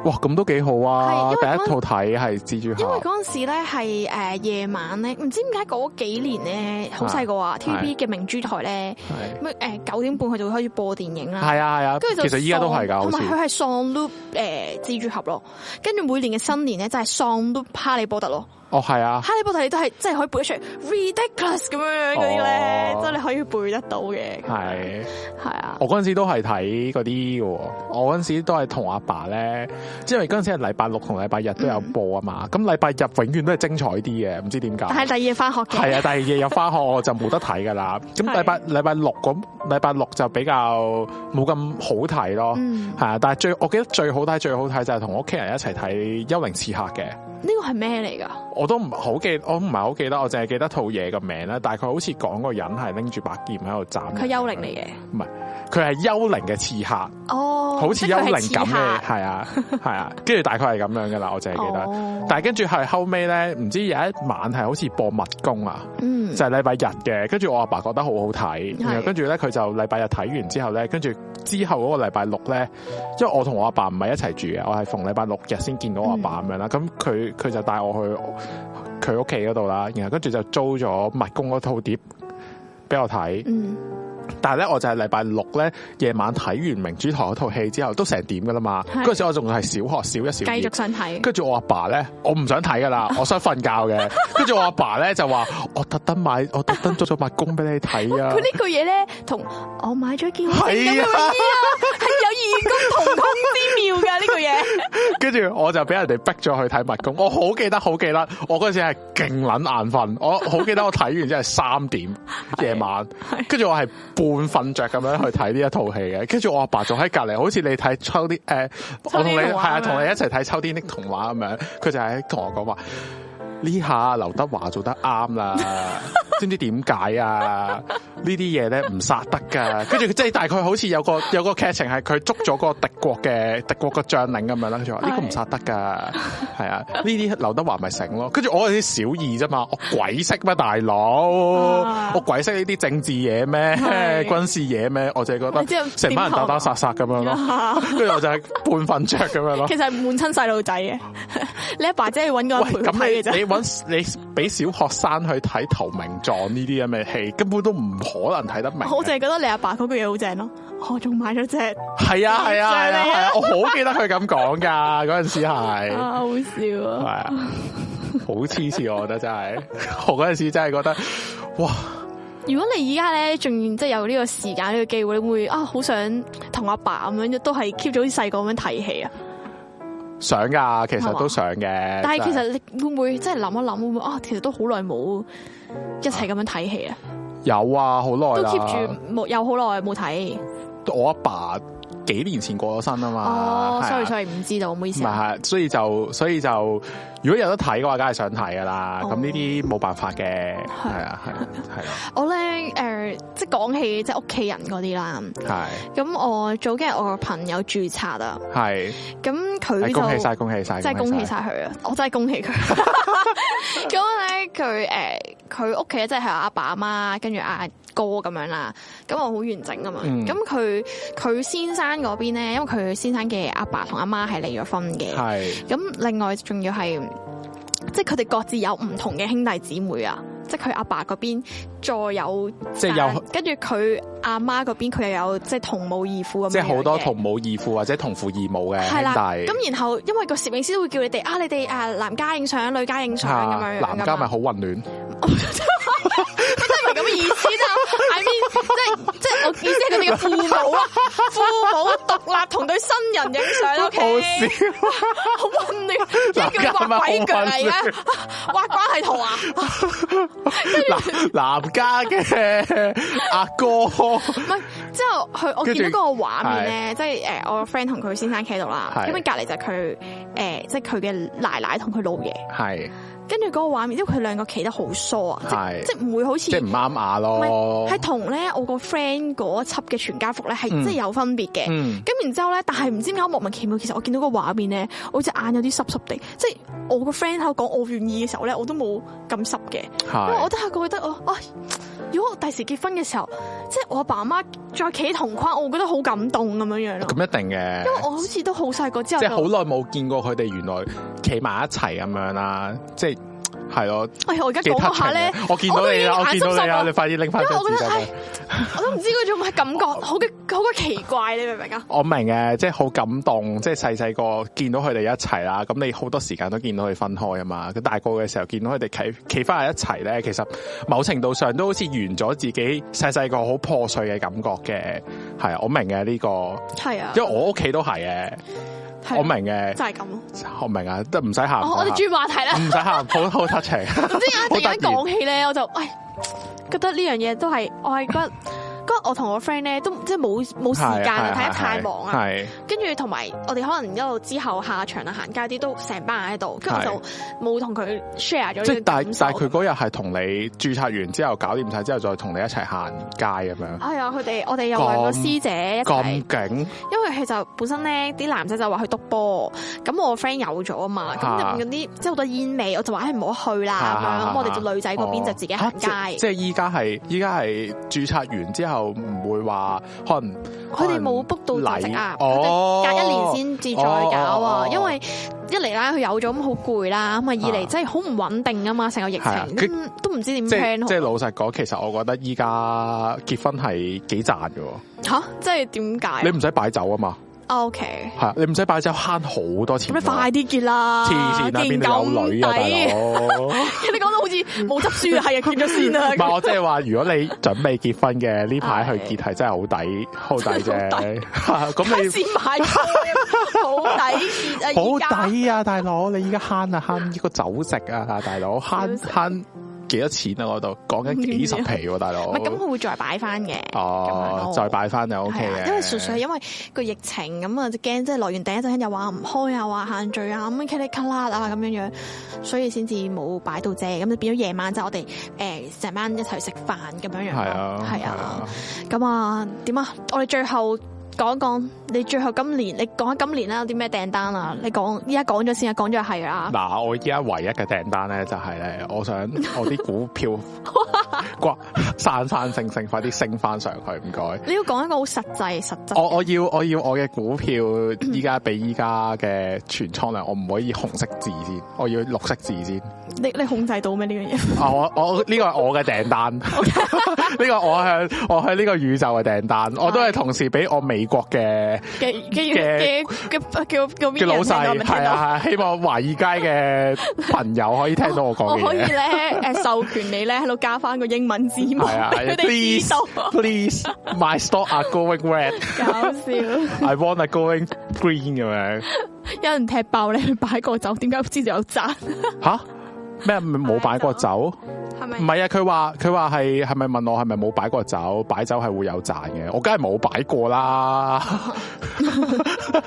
Speaker 2: 哇，咁都幾好啊！第
Speaker 1: 係因為嗰
Speaker 2: 一套睇係蜘蛛
Speaker 1: 因為
Speaker 2: 俠，
Speaker 1: 嗰陣時咧係誒夜晚咧，唔知點解嗰幾年咧好細個啊
Speaker 2: 係
Speaker 1: ，TVB 嘅明珠台咧，
Speaker 2: 係
Speaker 1: 咩誒九點半佢就會開始播電影啦。
Speaker 2: 係啊係啊，
Speaker 1: 嗯跟住就
Speaker 2: 其實依家都係㗎，
Speaker 1: 喪
Speaker 2: 好
Speaker 1: 同埋
Speaker 2: 似
Speaker 1: 佢係喪 loop 誒蜘蛛俠咯，跟住每年嘅新年咧就係喪 loop 哈利波特咯，
Speaker 2: 哦係啊，
Speaker 1: 哈利波特你都係即係可以背得出嚟 ridiculous 咁樣樣嗰啲咧
Speaker 2: 哦，
Speaker 1: 即係你可以背得到嘅。
Speaker 2: 係。
Speaker 1: 係啊，
Speaker 2: 我嗰陣時都係睇嗰啲嘅喎，我嗰陣時都係同阿爸咧，因為嗰陣時係禮拜六同禮拜日都有
Speaker 1: 嗯
Speaker 2: 播啊嘛，咁禮拜日永遠都係精彩啲嘅，唔知點解。
Speaker 1: 但係第二日翻學
Speaker 2: 係
Speaker 1: 嘅，
Speaker 2: 啊，第二日有翻學我就冇得睇噶啦。咁
Speaker 1: 係
Speaker 2: 禮拜禮拜六咁，禮拜六就比較冇咁好睇咯。
Speaker 1: 嗯，
Speaker 2: 係啊，但係最我記得最好睇最好睇就係同屋企人一齊睇《幽靈刺客》嘅。
Speaker 1: 呢個係咩嚟㗎？
Speaker 2: 我都唔好記，我唔係好記得，我淨係記得套嘢嘅名啦。但係佢好似講個人係拎住把劍喺度斬人。
Speaker 1: 佢幽靈嚟嘅，
Speaker 2: 佢係幽靈嘅刺客，
Speaker 1: 哦，
Speaker 2: 好似
Speaker 1: 即
Speaker 2: 幽
Speaker 1: 係佢係
Speaker 2: 靈
Speaker 1: 刺
Speaker 2: 咁嘅，
Speaker 1: 客，
Speaker 2: 係啊係啊。跟住大概係咁樣噶啦，我淨係記得。
Speaker 1: 哦
Speaker 2: 但係跟住係後尾咧，唔知有一晚係好似播密宮啊。
Speaker 1: 嗯，
Speaker 2: 就係禮拜日嘅，跟住我阿爸覺得好好睇，
Speaker 1: 係
Speaker 2: 然後跟住咧佢就禮拜日睇完之後咧，跟住之後嗰個禮拜六咧，因為我同我阿爸唔係一齊住嘅，我係逢禮拜六日先見到我阿
Speaker 1: 嗯
Speaker 2: 爸咁樣啦，咁佢佢就帶我去佢屋企嗰度啦，然後跟住就租咗密宮嗰套碟俾我睇，
Speaker 1: 嗯，
Speaker 2: 但係咧我就係禮拜六咧夜晚睇完明珠台嗰套戲之後都成點噶啦嘛，
Speaker 1: 係
Speaker 2: 嗰陣時我仲係小學小一小二
Speaker 1: 繼。續想睇，
Speaker 2: 跟住我阿爸咧，我唔想睇噶啦，我想瞓覺嘅。跟住我阿爸咧就話：我特登買，我特登做咗密工俾你睇 啊
Speaker 1: 佢！呢句嘢咧同我買咗件好性感
Speaker 2: 係
Speaker 1: 嘅
Speaker 2: 啊，
Speaker 1: 係有異曲同工之妙噶呢個嘢。
Speaker 2: 跟住我就俾人哋逼咗去睇密工。我好記得，好記得，我嗰陣時係勁撚眼瞓，我好記得我睇完之後係三點夜晚，跟住我係半瞓着咁樣去睇呢一套戲嘅。跟住我阿爸仲喺隔離，好似你睇秋天誒，我同你
Speaker 1: 秋天
Speaker 2: 係
Speaker 1: 童話
Speaker 2: 啊，
Speaker 1: 咁樣
Speaker 2: 同你一齊睇秋天的童話咁樣，佢就喺同我講話。呢下劉德華做得啱啦， 知唔知點解啊？呢啲嘢咧唔殺得噶，跟住佢即係大概好似有個有個劇情係佢捉咗個敵國嘅敵國嘅將領咁樣啦，佢就話呢個唔殺得噶，係啊，呢啲劉德華咪醒咯。跟住我嗰啲小二啫嘛，我鬼識咩大佬？
Speaker 1: 啊
Speaker 2: 我鬼識呢啲政治嘢咩？
Speaker 1: 係
Speaker 2: 軍事嘢咩？我就係覺
Speaker 1: 你知道啊
Speaker 2: 得成班人打打殺殺咁樣咯，跟住我就係半瞓着咁樣咯
Speaker 1: 其。實係悶親細路仔嘅，你阿爸真係揾個人
Speaker 2: 喂，
Speaker 1: 陪佢
Speaker 2: 咁
Speaker 1: 睇嘅
Speaker 2: 你
Speaker 1: 啫。
Speaker 2: 你揾你俾小學生去睇投名狀呢啲咁嘅戲，根本都唔可能睇得 明。啊
Speaker 1: 我淨係覺得你阿爸嗰句嘢好正咯，我仲買咗隻
Speaker 2: 係啊係啊係
Speaker 1: 正
Speaker 2: 啊
Speaker 1: 你
Speaker 2: 係
Speaker 1: 啊
Speaker 2: 啊！我好記得佢咁講噶，嗰陣時 係
Speaker 1: 啊，好笑
Speaker 2: 係
Speaker 1: 啊！
Speaker 2: 啊，好黐線，我覺得真係，我嗰陣時真係覺得，哇！
Speaker 1: 如果你而家咧仲即係有呢個時間呢個機會，你會啊好想同阿爸咁樣都係 keep 咗好似細個咁樣睇戲啊！
Speaker 2: 想噶，其
Speaker 1: 係嘛
Speaker 2: 實都想嘅。
Speaker 1: 但係其
Speaker 2: 真係
Speaker 1: 實你會唔會即係諗一諗會唔會啊？其實都好耐冇一齊咁樣睇戲啊，
Speaker 2: 有啊，好耐
Speaker 1: 都
Speaker 2: 啦。
Speaker 1: keep 住冇有好耐冇睇。
Speaker 2: 我阿爸幾年前過咗身啊嘛。
Speaker 1: 哦
Speaker 2: 係啊
Speaker 1: ，sorry sorry，唔知道，唔好意
Speaker 2: 唔
Speaker 1: 思啊。
Speaker 2: 係，所以就所以就，如果有得睇嘅話，梗係想睇噶啦。
Speaker 1: 哦
Speaker 2: 咁呢啲冇辦法嘅，係啊，係啊係啊，
Speaker 1: 我咧誒、呃即係講起即係屋企人嗰啲啦。
Speaker 2: 係
Speaker 1: 咁我早幾日我個朋友註冊啊，
Speaker 2: 啊係
Speaker 1: 咁佢
Speaker 2: 係，
Speaker 1: 就
Speaker 2: 恭喜晒，恭喜晒，
Speaker 1: 真係恭喜晒佢啊！我真係恭喜佢。 咁咧佢誒佢屋企咧即係阿爸阿媽跟住阿哥咁樣啦，咁我好完整噶嘛。
Speaker 2: 嗯
Speaker 1: 咁佢佢先生嗰邊咧，因為佢先生嘅阿爸同阿媽係離咗婚嘅
Speaker 2: 晒，，係
Speaker 1: 咁另外仲要係，即係佢哋各自有唔同嘅兄弟姊妹啊，即係佢阿爸嗰邊再有，
Speaker 2: 即係有
Speaker 1: 跟住佢阿媽嗰邊佢又有即係同母異父咁樣嘅，
Speaker 2: 即係好多同母異父或者同父異母嘅
Speaker 1: 係啦。
Speaker 2: 兄弟。
Speaker 1: 咁然後因為個攝影師都會叫你哋啊，你哋啊男家影相、女家影相咁 樣
Speaker 2: 啊
Speaker 1: 樣㗎嘛
Speaker 2: 男家咪好混亂，
Speaker 1: 真係係咁嘅意思啦。I mean，即係即係我意思係佢哋嘅父母啊，父母獨立同對新人影相啦，OK，
Speaker 2: 好笑，
Speaker 1: 好混亂，啊一叫佢畫鬼腳嚟
Speaker 2: 嗱
Speaker 1: 嘅，畫關係圖啊，
Speaker 2: 男男家嘅阿哥，
Speaker 1: 唔係之後佢我
Speaker 2: 跟住
Speaker 1: 見到嗰個畫面咧，即係誒我個 friend 同佢先生企喺度啦，
Speaker 2: 係
Speaker 1: 咁樣隔離就係佢誒即係佢嘅奶奶同佢老爺，
Speaker 2: 系
Speaker 1: 跟住嗰個畫面，因為佢兩個企得好疏啊，
Speaker 2: 係
Speaker 1: 即即係唔會好似
Speaker 2: 即系唔啱牙咯
Speaker 1: 唔係，係同咧我個 friend 嗰輯嘅全家福咧係
Speaker 2: 哦嗯
Speaker 1: 即係有分別嘅。
Speaker 2: 嗯，
Speaker 1: 咁然之後咧，但係唔知點解我莫名其妙，其實我見到個畫面咧，我隻眼有啲濕濕地，即係我個 friend 喺度講我願意嘅時候咧，我都冇咁濕嘅，因為我
Speaker 2: 系
Speaker 1: 都係覺得我，唉，如果我第時結婚嘅時候，即係我阿爸阿媽再企喺同框，我會覺得好感動咁樣樣咯。
Speaker 2: 咁一定嘅，
Speaker 1: 因為我好似都好細個之後
Speaker 2: 即系好
Speaker 1: 就，
Speaker 2: 耐冇见过佢哋原来企埋一齐咁样啦，即系系咯，
Speaker 1: 哎呀我而家
Speaker 2: 几
Speaker 1: 講
Speaker 2: touching
Speaker 1: 嗰下咧
Speaker 2: 嘅，我见到你啦，我
Speaker 1: 我都已經
Speaker 2: 见
Speaker 1: 眼濕濕
Speaker 2: 到你啦，
Speaker 1: 啦
Speaker 2: 你快啲拎翻
Speaker 1: 因為
Speaker 2: 张
Speaker 1: 我
Speaker 2: 纸
Speaker 1: 覺得
Speaker 2: 巾
Speaker 1: 唉
Speaker 2: 俾我。，
Speaker 1: 我都唔知嗰種係感覺，好嘅好嘅奇怪，你明唔明啊？
Speaker 2: 我明嘅，即係好感動，即係細細個見到佢哋一齊啦，咁你好多時間都見到佢分開啊嘛。咁大個嘅時候見到佢哋企企翻喺一齊咧，其實某程度上都好似完咗自己細細個好破碎嘅感覺嘅。係啊，我明嘅呢、個，
Speaker 1: 係啊，
Speaker 2: 因為我屋企都係嘅，
Speaker 1: 係啊
Speaker 2: 我明嘅
Speaker 1: 就，係咁咯。
Speaker 2: 我明啊，都唔使喊，
Speaker 1: 我哦我哋
Speaker 2: 唔使
Speaker 1: 轉話題啦
Speaker 2: 喊。唔使喊，好好 touching。
Speaker 1: 唔知點解突然間
Speaker 2: 好
Speaker 1: 講起咧，我就唉，覺得呢樣嘢都係我係覺得。嗰日我同我 friend 咧都即係冇冇時間啊，睇得太忙啊，
Speaker 2: 係
Speaker 1: 跟住同埋我哋可能一路之後下場啊、行街啲都成班人喺度，跟住我
Speaker 2: 係
Speaker 1: 就冇同佢 share 咗
Speaker 2: 即
Speaker 1: 呢
Speaker 2: 係
Speaker 1: 個
Speaker 2: 但
Speaker 1: 感受啊
Speaker 2: 但係佢嗰日係同你註冊完之後搞掂晒之後，再同你一齊行街咁樣，
Speaker 1: 哎呀，佢哋我哋有兩個
Speaker 2: 咁
Speaker 1: 師姐一齊
Speaker 2: 咁，勁。
Speaker 1: 因為佢就本身咧啲男仔就話去督波，咁我 friend 有咗啊嘛，咁
Speaker 2: 啊
Speaker 1: 入面嗰啲即係好多煙味，我就話唉哎唔好去啦咁樣，咁我哋就女仔嗰邊就自己行街，
Speaker 2: 哦嚇即即係依家係依家係註冊完之後唔會話可能
Speaker 1: 佢哋冇 book 到正職啊，佢
Speaker 2: 禮哦
Speaker 1: 哋隔一年先至再搞
Speaker 2: 哦
Speaker 1: 啊，因為一嚟啦，佢有咗咁好攰啦，咁啊二
Speaker 2: 啊
Speaker 1: 嚟真係好唔穩定啊嘛，成個疫
Speaker 2: 係啊
Speaker 1: 情
Speaker 2: 佢
Speaker 1: 咁都唔知點
Speaker 2: 即係
Speaker 1: plan
Speaker 2: 即係
Speaker 1: 好
Speaker 2: 老實講，其實我覺得依家結婚係幾賺嘅喎，
Speaker 1: 吓，即係點解
Speaker 2: 你唔使擺酒啊嘛，
Speaker 1: ？O K，
Speaker 2: 係啊你唔使擺酒慳好
Speaker 1: 咁
Speaker 2: 多錢
Speaker 1: 你
Speaker 2: 喎。
Speaker 1: 快啲結啦，
Speaker 2: 黐線啊，
Speaker 1: 見
Speaker 2: 邊度有女啊，大
Speaker 1: 咁抵
Speaker 2: 佬！
Speaker 1: 你講到好似冇執輸啊，係啊，結咗先啦
Speaker 2: 唔。 係我即係話，如果你準備結婚嘅呢排去
Speaker 1: 係
Speaker 2: 結係真係好抵，好抵 啫。 咁
Speaker 1: 咁
Speaker 2: 你
Speaker 1: 先買嘅好抵結 啊！
Speaker 2: 好
Speaker 1: 而家
Speaker 2: 抵啊，大佬！你依家慳 啊，慳呢個酒席啊，大佬慳
Speaker 1: 酒席
Speaker 2: 慳幾多錢啊？嗰度講緊幾十皮喎，大佬。
Speaker 1: 唔係咁，佢會再擺翻嘅。咁樣
Speaker 2: 哦
Speaker 1: 咯，
Speaker 2: 再擺翻就 O
Speaker 1: 係
Speaker 2: K
Speaker 1: 啊
Speaker 2: 嘅，
Speaker 1: 因為純粹係因為個疫情咁啊，就驚即係來完第一陣又話唔開啊，話限聚啊，咁 k 哩卡啦啊咁樣樣，所以先至冇擺到啫。咁就變咗夜晚就我哋誒成班一齊食飯咁樣樣
Speaker 2: 係啊
Speaker 1: 咯，，係
Speaker 2: 係
Speaker 1: 啊，，咁啊點啊？我哋最後講一講你最後今年，你講下今年啦，有啲咩訂單啊？你講依家講咗先啊，講咗係啦，
Speaker 2: 嗱，我依家唯一嘅訂單咧就係咧，我想我啲股票掛散散升升，快啲升翻上去，唔該。
Speaker 1: 你要講一個好實際實質
Speaker 2: 我我要我要我嘅股票依家比依家嘅全倉量，我唔可以紅色字先，我要綠色字先。
Speaker 1: 你你控制到咩呢樣嘢？
Speaker 2: 啊！我我呢個係我嘅訂單， 呢個我向我向呢個宇宙嘅訂單，我都係同時俾我美國嘅
Speaker 1: 嘅嘅嘅嘅叫叫咩
Speaker 2: 嘅老細，
Speaker 1: 人聽
Speaker 2: 係
Speaker 1: 到
Speaker 2: 啊，係希望華爾街嘅朋友可以聽到我講
Speaker 1: 我
Speaker 2: 嘅
Speaker 1: 可以
Speaker 2: 嘢。
Speaker 1: 咧 誒授權你咧喺度加翻個英文字幕
Speaker 2: 係啊
Speaker 1: 俾佢哋知
Speaker 2: ，please
Speaker 1: 道，
Speaker 2: please my store are going red,
Speaker 1: 搞笑！有
Speaker 2: I want a going green 咁樣
Speaker 1: 人踢爆你去擺個酒，點解知道有賺？
Speaker 2: 吓咩冇擺過酒？
Speaker 1: 係咪
Speaker 2: 唔係啊，佢話佢話係係咪問我係咪冇擺過酒？擺酒係會有賺嘅，我梗係冇擺過啦。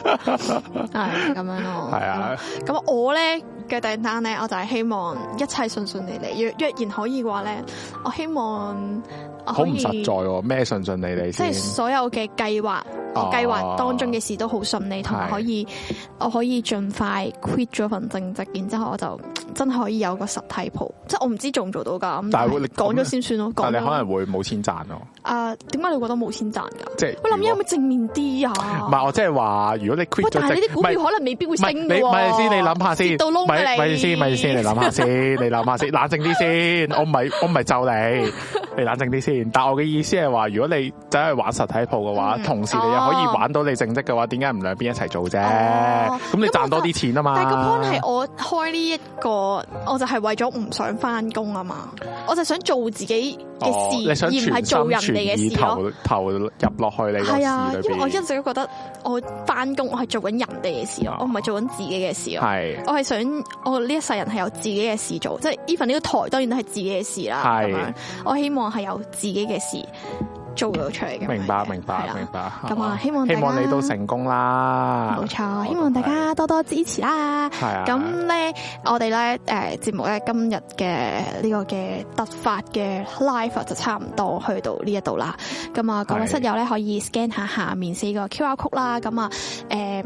Speaker 1: 係咁樣咯？
Speaker 2: 係啊。
Speaker 1: 咁我咧嘅訂單咧，我就係希望一切順順利利。若若然可以嘅話咧，我希望我
Speaker 2: 好
Speaker 1: 哦可
Speaker 2: 唔
Speaker 1: 以
Speaker 2: 實在喎，咩順順利利
Speaker 1: 即
Speaker 2: 先
Speaker 1: 係？所有嘅計劃，
Speaker 2: 哦
Speaker 1: 我計劃當中嘅事都好順利，同埋
Speaker 2: 係
Speaker 1: 可以我可以盡快 quit 咗份正職，然之後我就真係可以有個實體鋪，即係我唔知做唔做到㗎。咁
Speaker 2: 但係
Speaker 1: 係
Speaker 2: 會你
Speaker 1: 講咗先算咯，講
Speaker 2: 但
Speaker 1: 咗
Speaker 2: 你可能會冇錢賺咯，
Speaker 1: 啊，點解你覺得冇錢賺㗎？
Speaker 2: 即係
Speaker 1: 喂，林英
Speaker 2: 如果
Speaker 1: 有冇正面啲
Speaker 2: 唔
Speaker 1: 啊？
Speaker 2: 係我即係話，如果你
Speaker 1: 喂
Speaker 2: quit，，咗
Speaker 1: 但係呢
Speaker 2: 職
Speaker 1: 啲股
Speaker 2: 唔係
Speaker 1: 票可能未必會
Speaker 2: 唔
Speaker 1: 升
Speaker 2: 係
Speaker 1: 嘅
Speaker 2: 你咪
Speaker 1: 喎。
Speaker 2: 先，你諗下先，
Speaker 1: 跌到窿㗎
Speaker 2: 咪
Speaker 1: 你
Speaker 2: 咪先，咪先，你諗 下先，你諗下先，冷靜啲先。我唔係我唔係就你，你冷靜啲先。但我嘅意思係話，如果你走去玩實體鋪嘅話，
Speaker 1: 嗯
Speaker 2: 同時你又可以
Speaker 1: 哦
Speaker 2: 玩到你正職嘅話，點解唔兩邊一齊做啫？
Speaker 1: 哦
Speaker 2: 咁你
Speaker 1: 咁
Speaker 2: 賺
Speaker 1: 我
Speaker 2: 多
Speaker 1: 就
Speaker 2: 啲錢啊嘛。
Speaker 1: 但係個 point 係我開呢一個，我就係為咗唔想翻工啊嘛，我就想做自己嘅
Speaker 2: 哦
Speaker 1: 事，
Speaker 2: 你想
Speaker 1: 而唔係
Speaker 2: 全
Speaker 1: 做
Speaker 2: 心
Speaker 1: 人
Speaker 2: 全
Speaker 1: 哋嘅
Speaker 2: 意
Speaker 1: 事咯。
Speaker 2: 投投入落去你個
Speaker 1: 係啊，
Speaker 2: 事裏
Speaker 1: 因為我一
Speaker 2: 邊，
Speaker 1: 直都覺得我翻工我係做緊人哋嘅事咯
Speaker 2: 哦，
Speaker 1: 我唔係做緊自己嘅事咯。
Speaker 2: 係
Speaker 1: 我係想我呢一世人係有自己嘅事做，即係 even 呢個台當然都係自己嘅事啦。
Speaker 2: 係
Speaker 1: 咁樣，我希望係有自己嘅事做到出嚟嘅。
Speaker 2: 明白
Speaker 1: 係
Speaker 2: 明白
Speaker 1: 係啦
Speaker 2: 明白。
Speaker 1: 咁啊希望
Speaker 2: 希
Speaker 1: 大
Speaker 2: 望你
Speaker 1: 家
Speaker 2: 都成功啦，
Speaker 1: 冇錯，希望大家多多支持啦。
Speaker 2: 係啊。
Speaker 1: 咁咧，我哋咧誒節目咧今日嘅呢個嘅突發嘅 live 啊就差唔多去到呢一度啦。咁啊，各位
Speaker 2: 係
Speaker 1: 室友咧可以 scan 下下面四個 QR code 啦。咁啊，誒。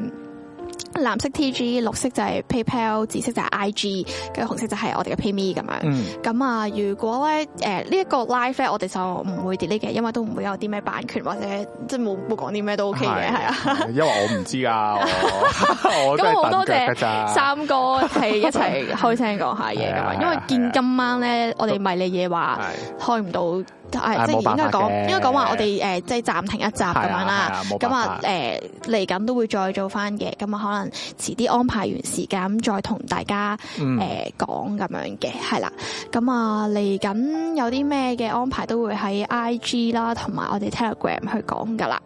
Speaker 1: 藍色 TG，綠色就係 PayPal，紫色就係 IG，跟住紅色就係我哋嘅 PayMe 咁樣。
Speaker 2: 嗯
Speaker 1: 咁啊，如果咧誒呢一個 live 咧，我哋就唔會 delete 嘅，因為都唔會有啲咩版權或者即係冇冇講啲咩都 OK 嘅，係啊。
Speaker 2: 係因為我唔知噶，我我真
Speaker 1: 咁
Speaker 2: 係
Speaker 1: 好
Speaker 2: 等
Speaker 1: 多
Speaker 2: 腳㗎咋。
Speaker 1: 謝三哥係一齊開聲講下嘢咁
Speaker 2: 啊係啊
Speaker 1: 啊，
Speaker 2: 係啊
Speaker 1: 因為見今晚咧，我哋迷你嘢話
Speaker 2: 係
Speaker 1: 開唔到，誒
Speaker 2: 係
Speaker 1: 即係
Speaker 2: 啊冇辦
Speaker 1: 應
Speaker 2: 法
Speaker 1: 該講
Speaker 2: 嘅
Speaker 1: 應該講話我哋誒即係暫停一集咁樣
Speaker 2: 係
Speaker 1: 啦
Speaker 2: 啊係啊冇。
Speaker 1: 咁
Speaker 2: 辦法
Speaker 1: 啊誒嚟緊都會再做翻嘅，咁啊可能遲啲安排完時間咁再同大家
Speaker 2: 嗯
Speaker 1: 誒講咁樣嘅，係啦。咁啊嚟緊有啲咩嘅安排都會喺 IG 啦，同埋我哋 Telegram 去講噶啦。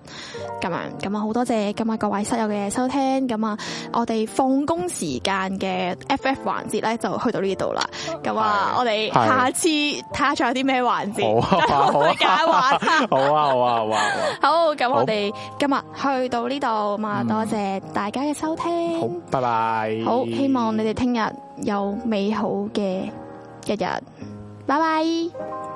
Speaker 1: 咁樣，咁啊好多謝今日各位室友嘅收聽，咁啊我哋放工時間嘅 FF 環節咧就去到呢度啦，咁啊
Speaker 2: 係
Speaker 1: 我哋
Speaker 2: 係
Speaker 1: 下次睇下仲有啲咩環節，
Speaker 2: 好啊好啊
Speaker 1: 我哋揀 玩。
Speaker 2: 好啊好啊好啊，好啊
Speaker 1: 好，咁
Speaker 2: 好
Speaker 1: 我哋今日去到呢度，咁啊
Speaker 2: 嗯
Speaker 1: 多謝大家嘅收聽，
Speaker 2: 好，拜拜。
Speaker 1: 好希望你哋聽日有美好嘅一日，拜拜。
Speaker 2: 拜。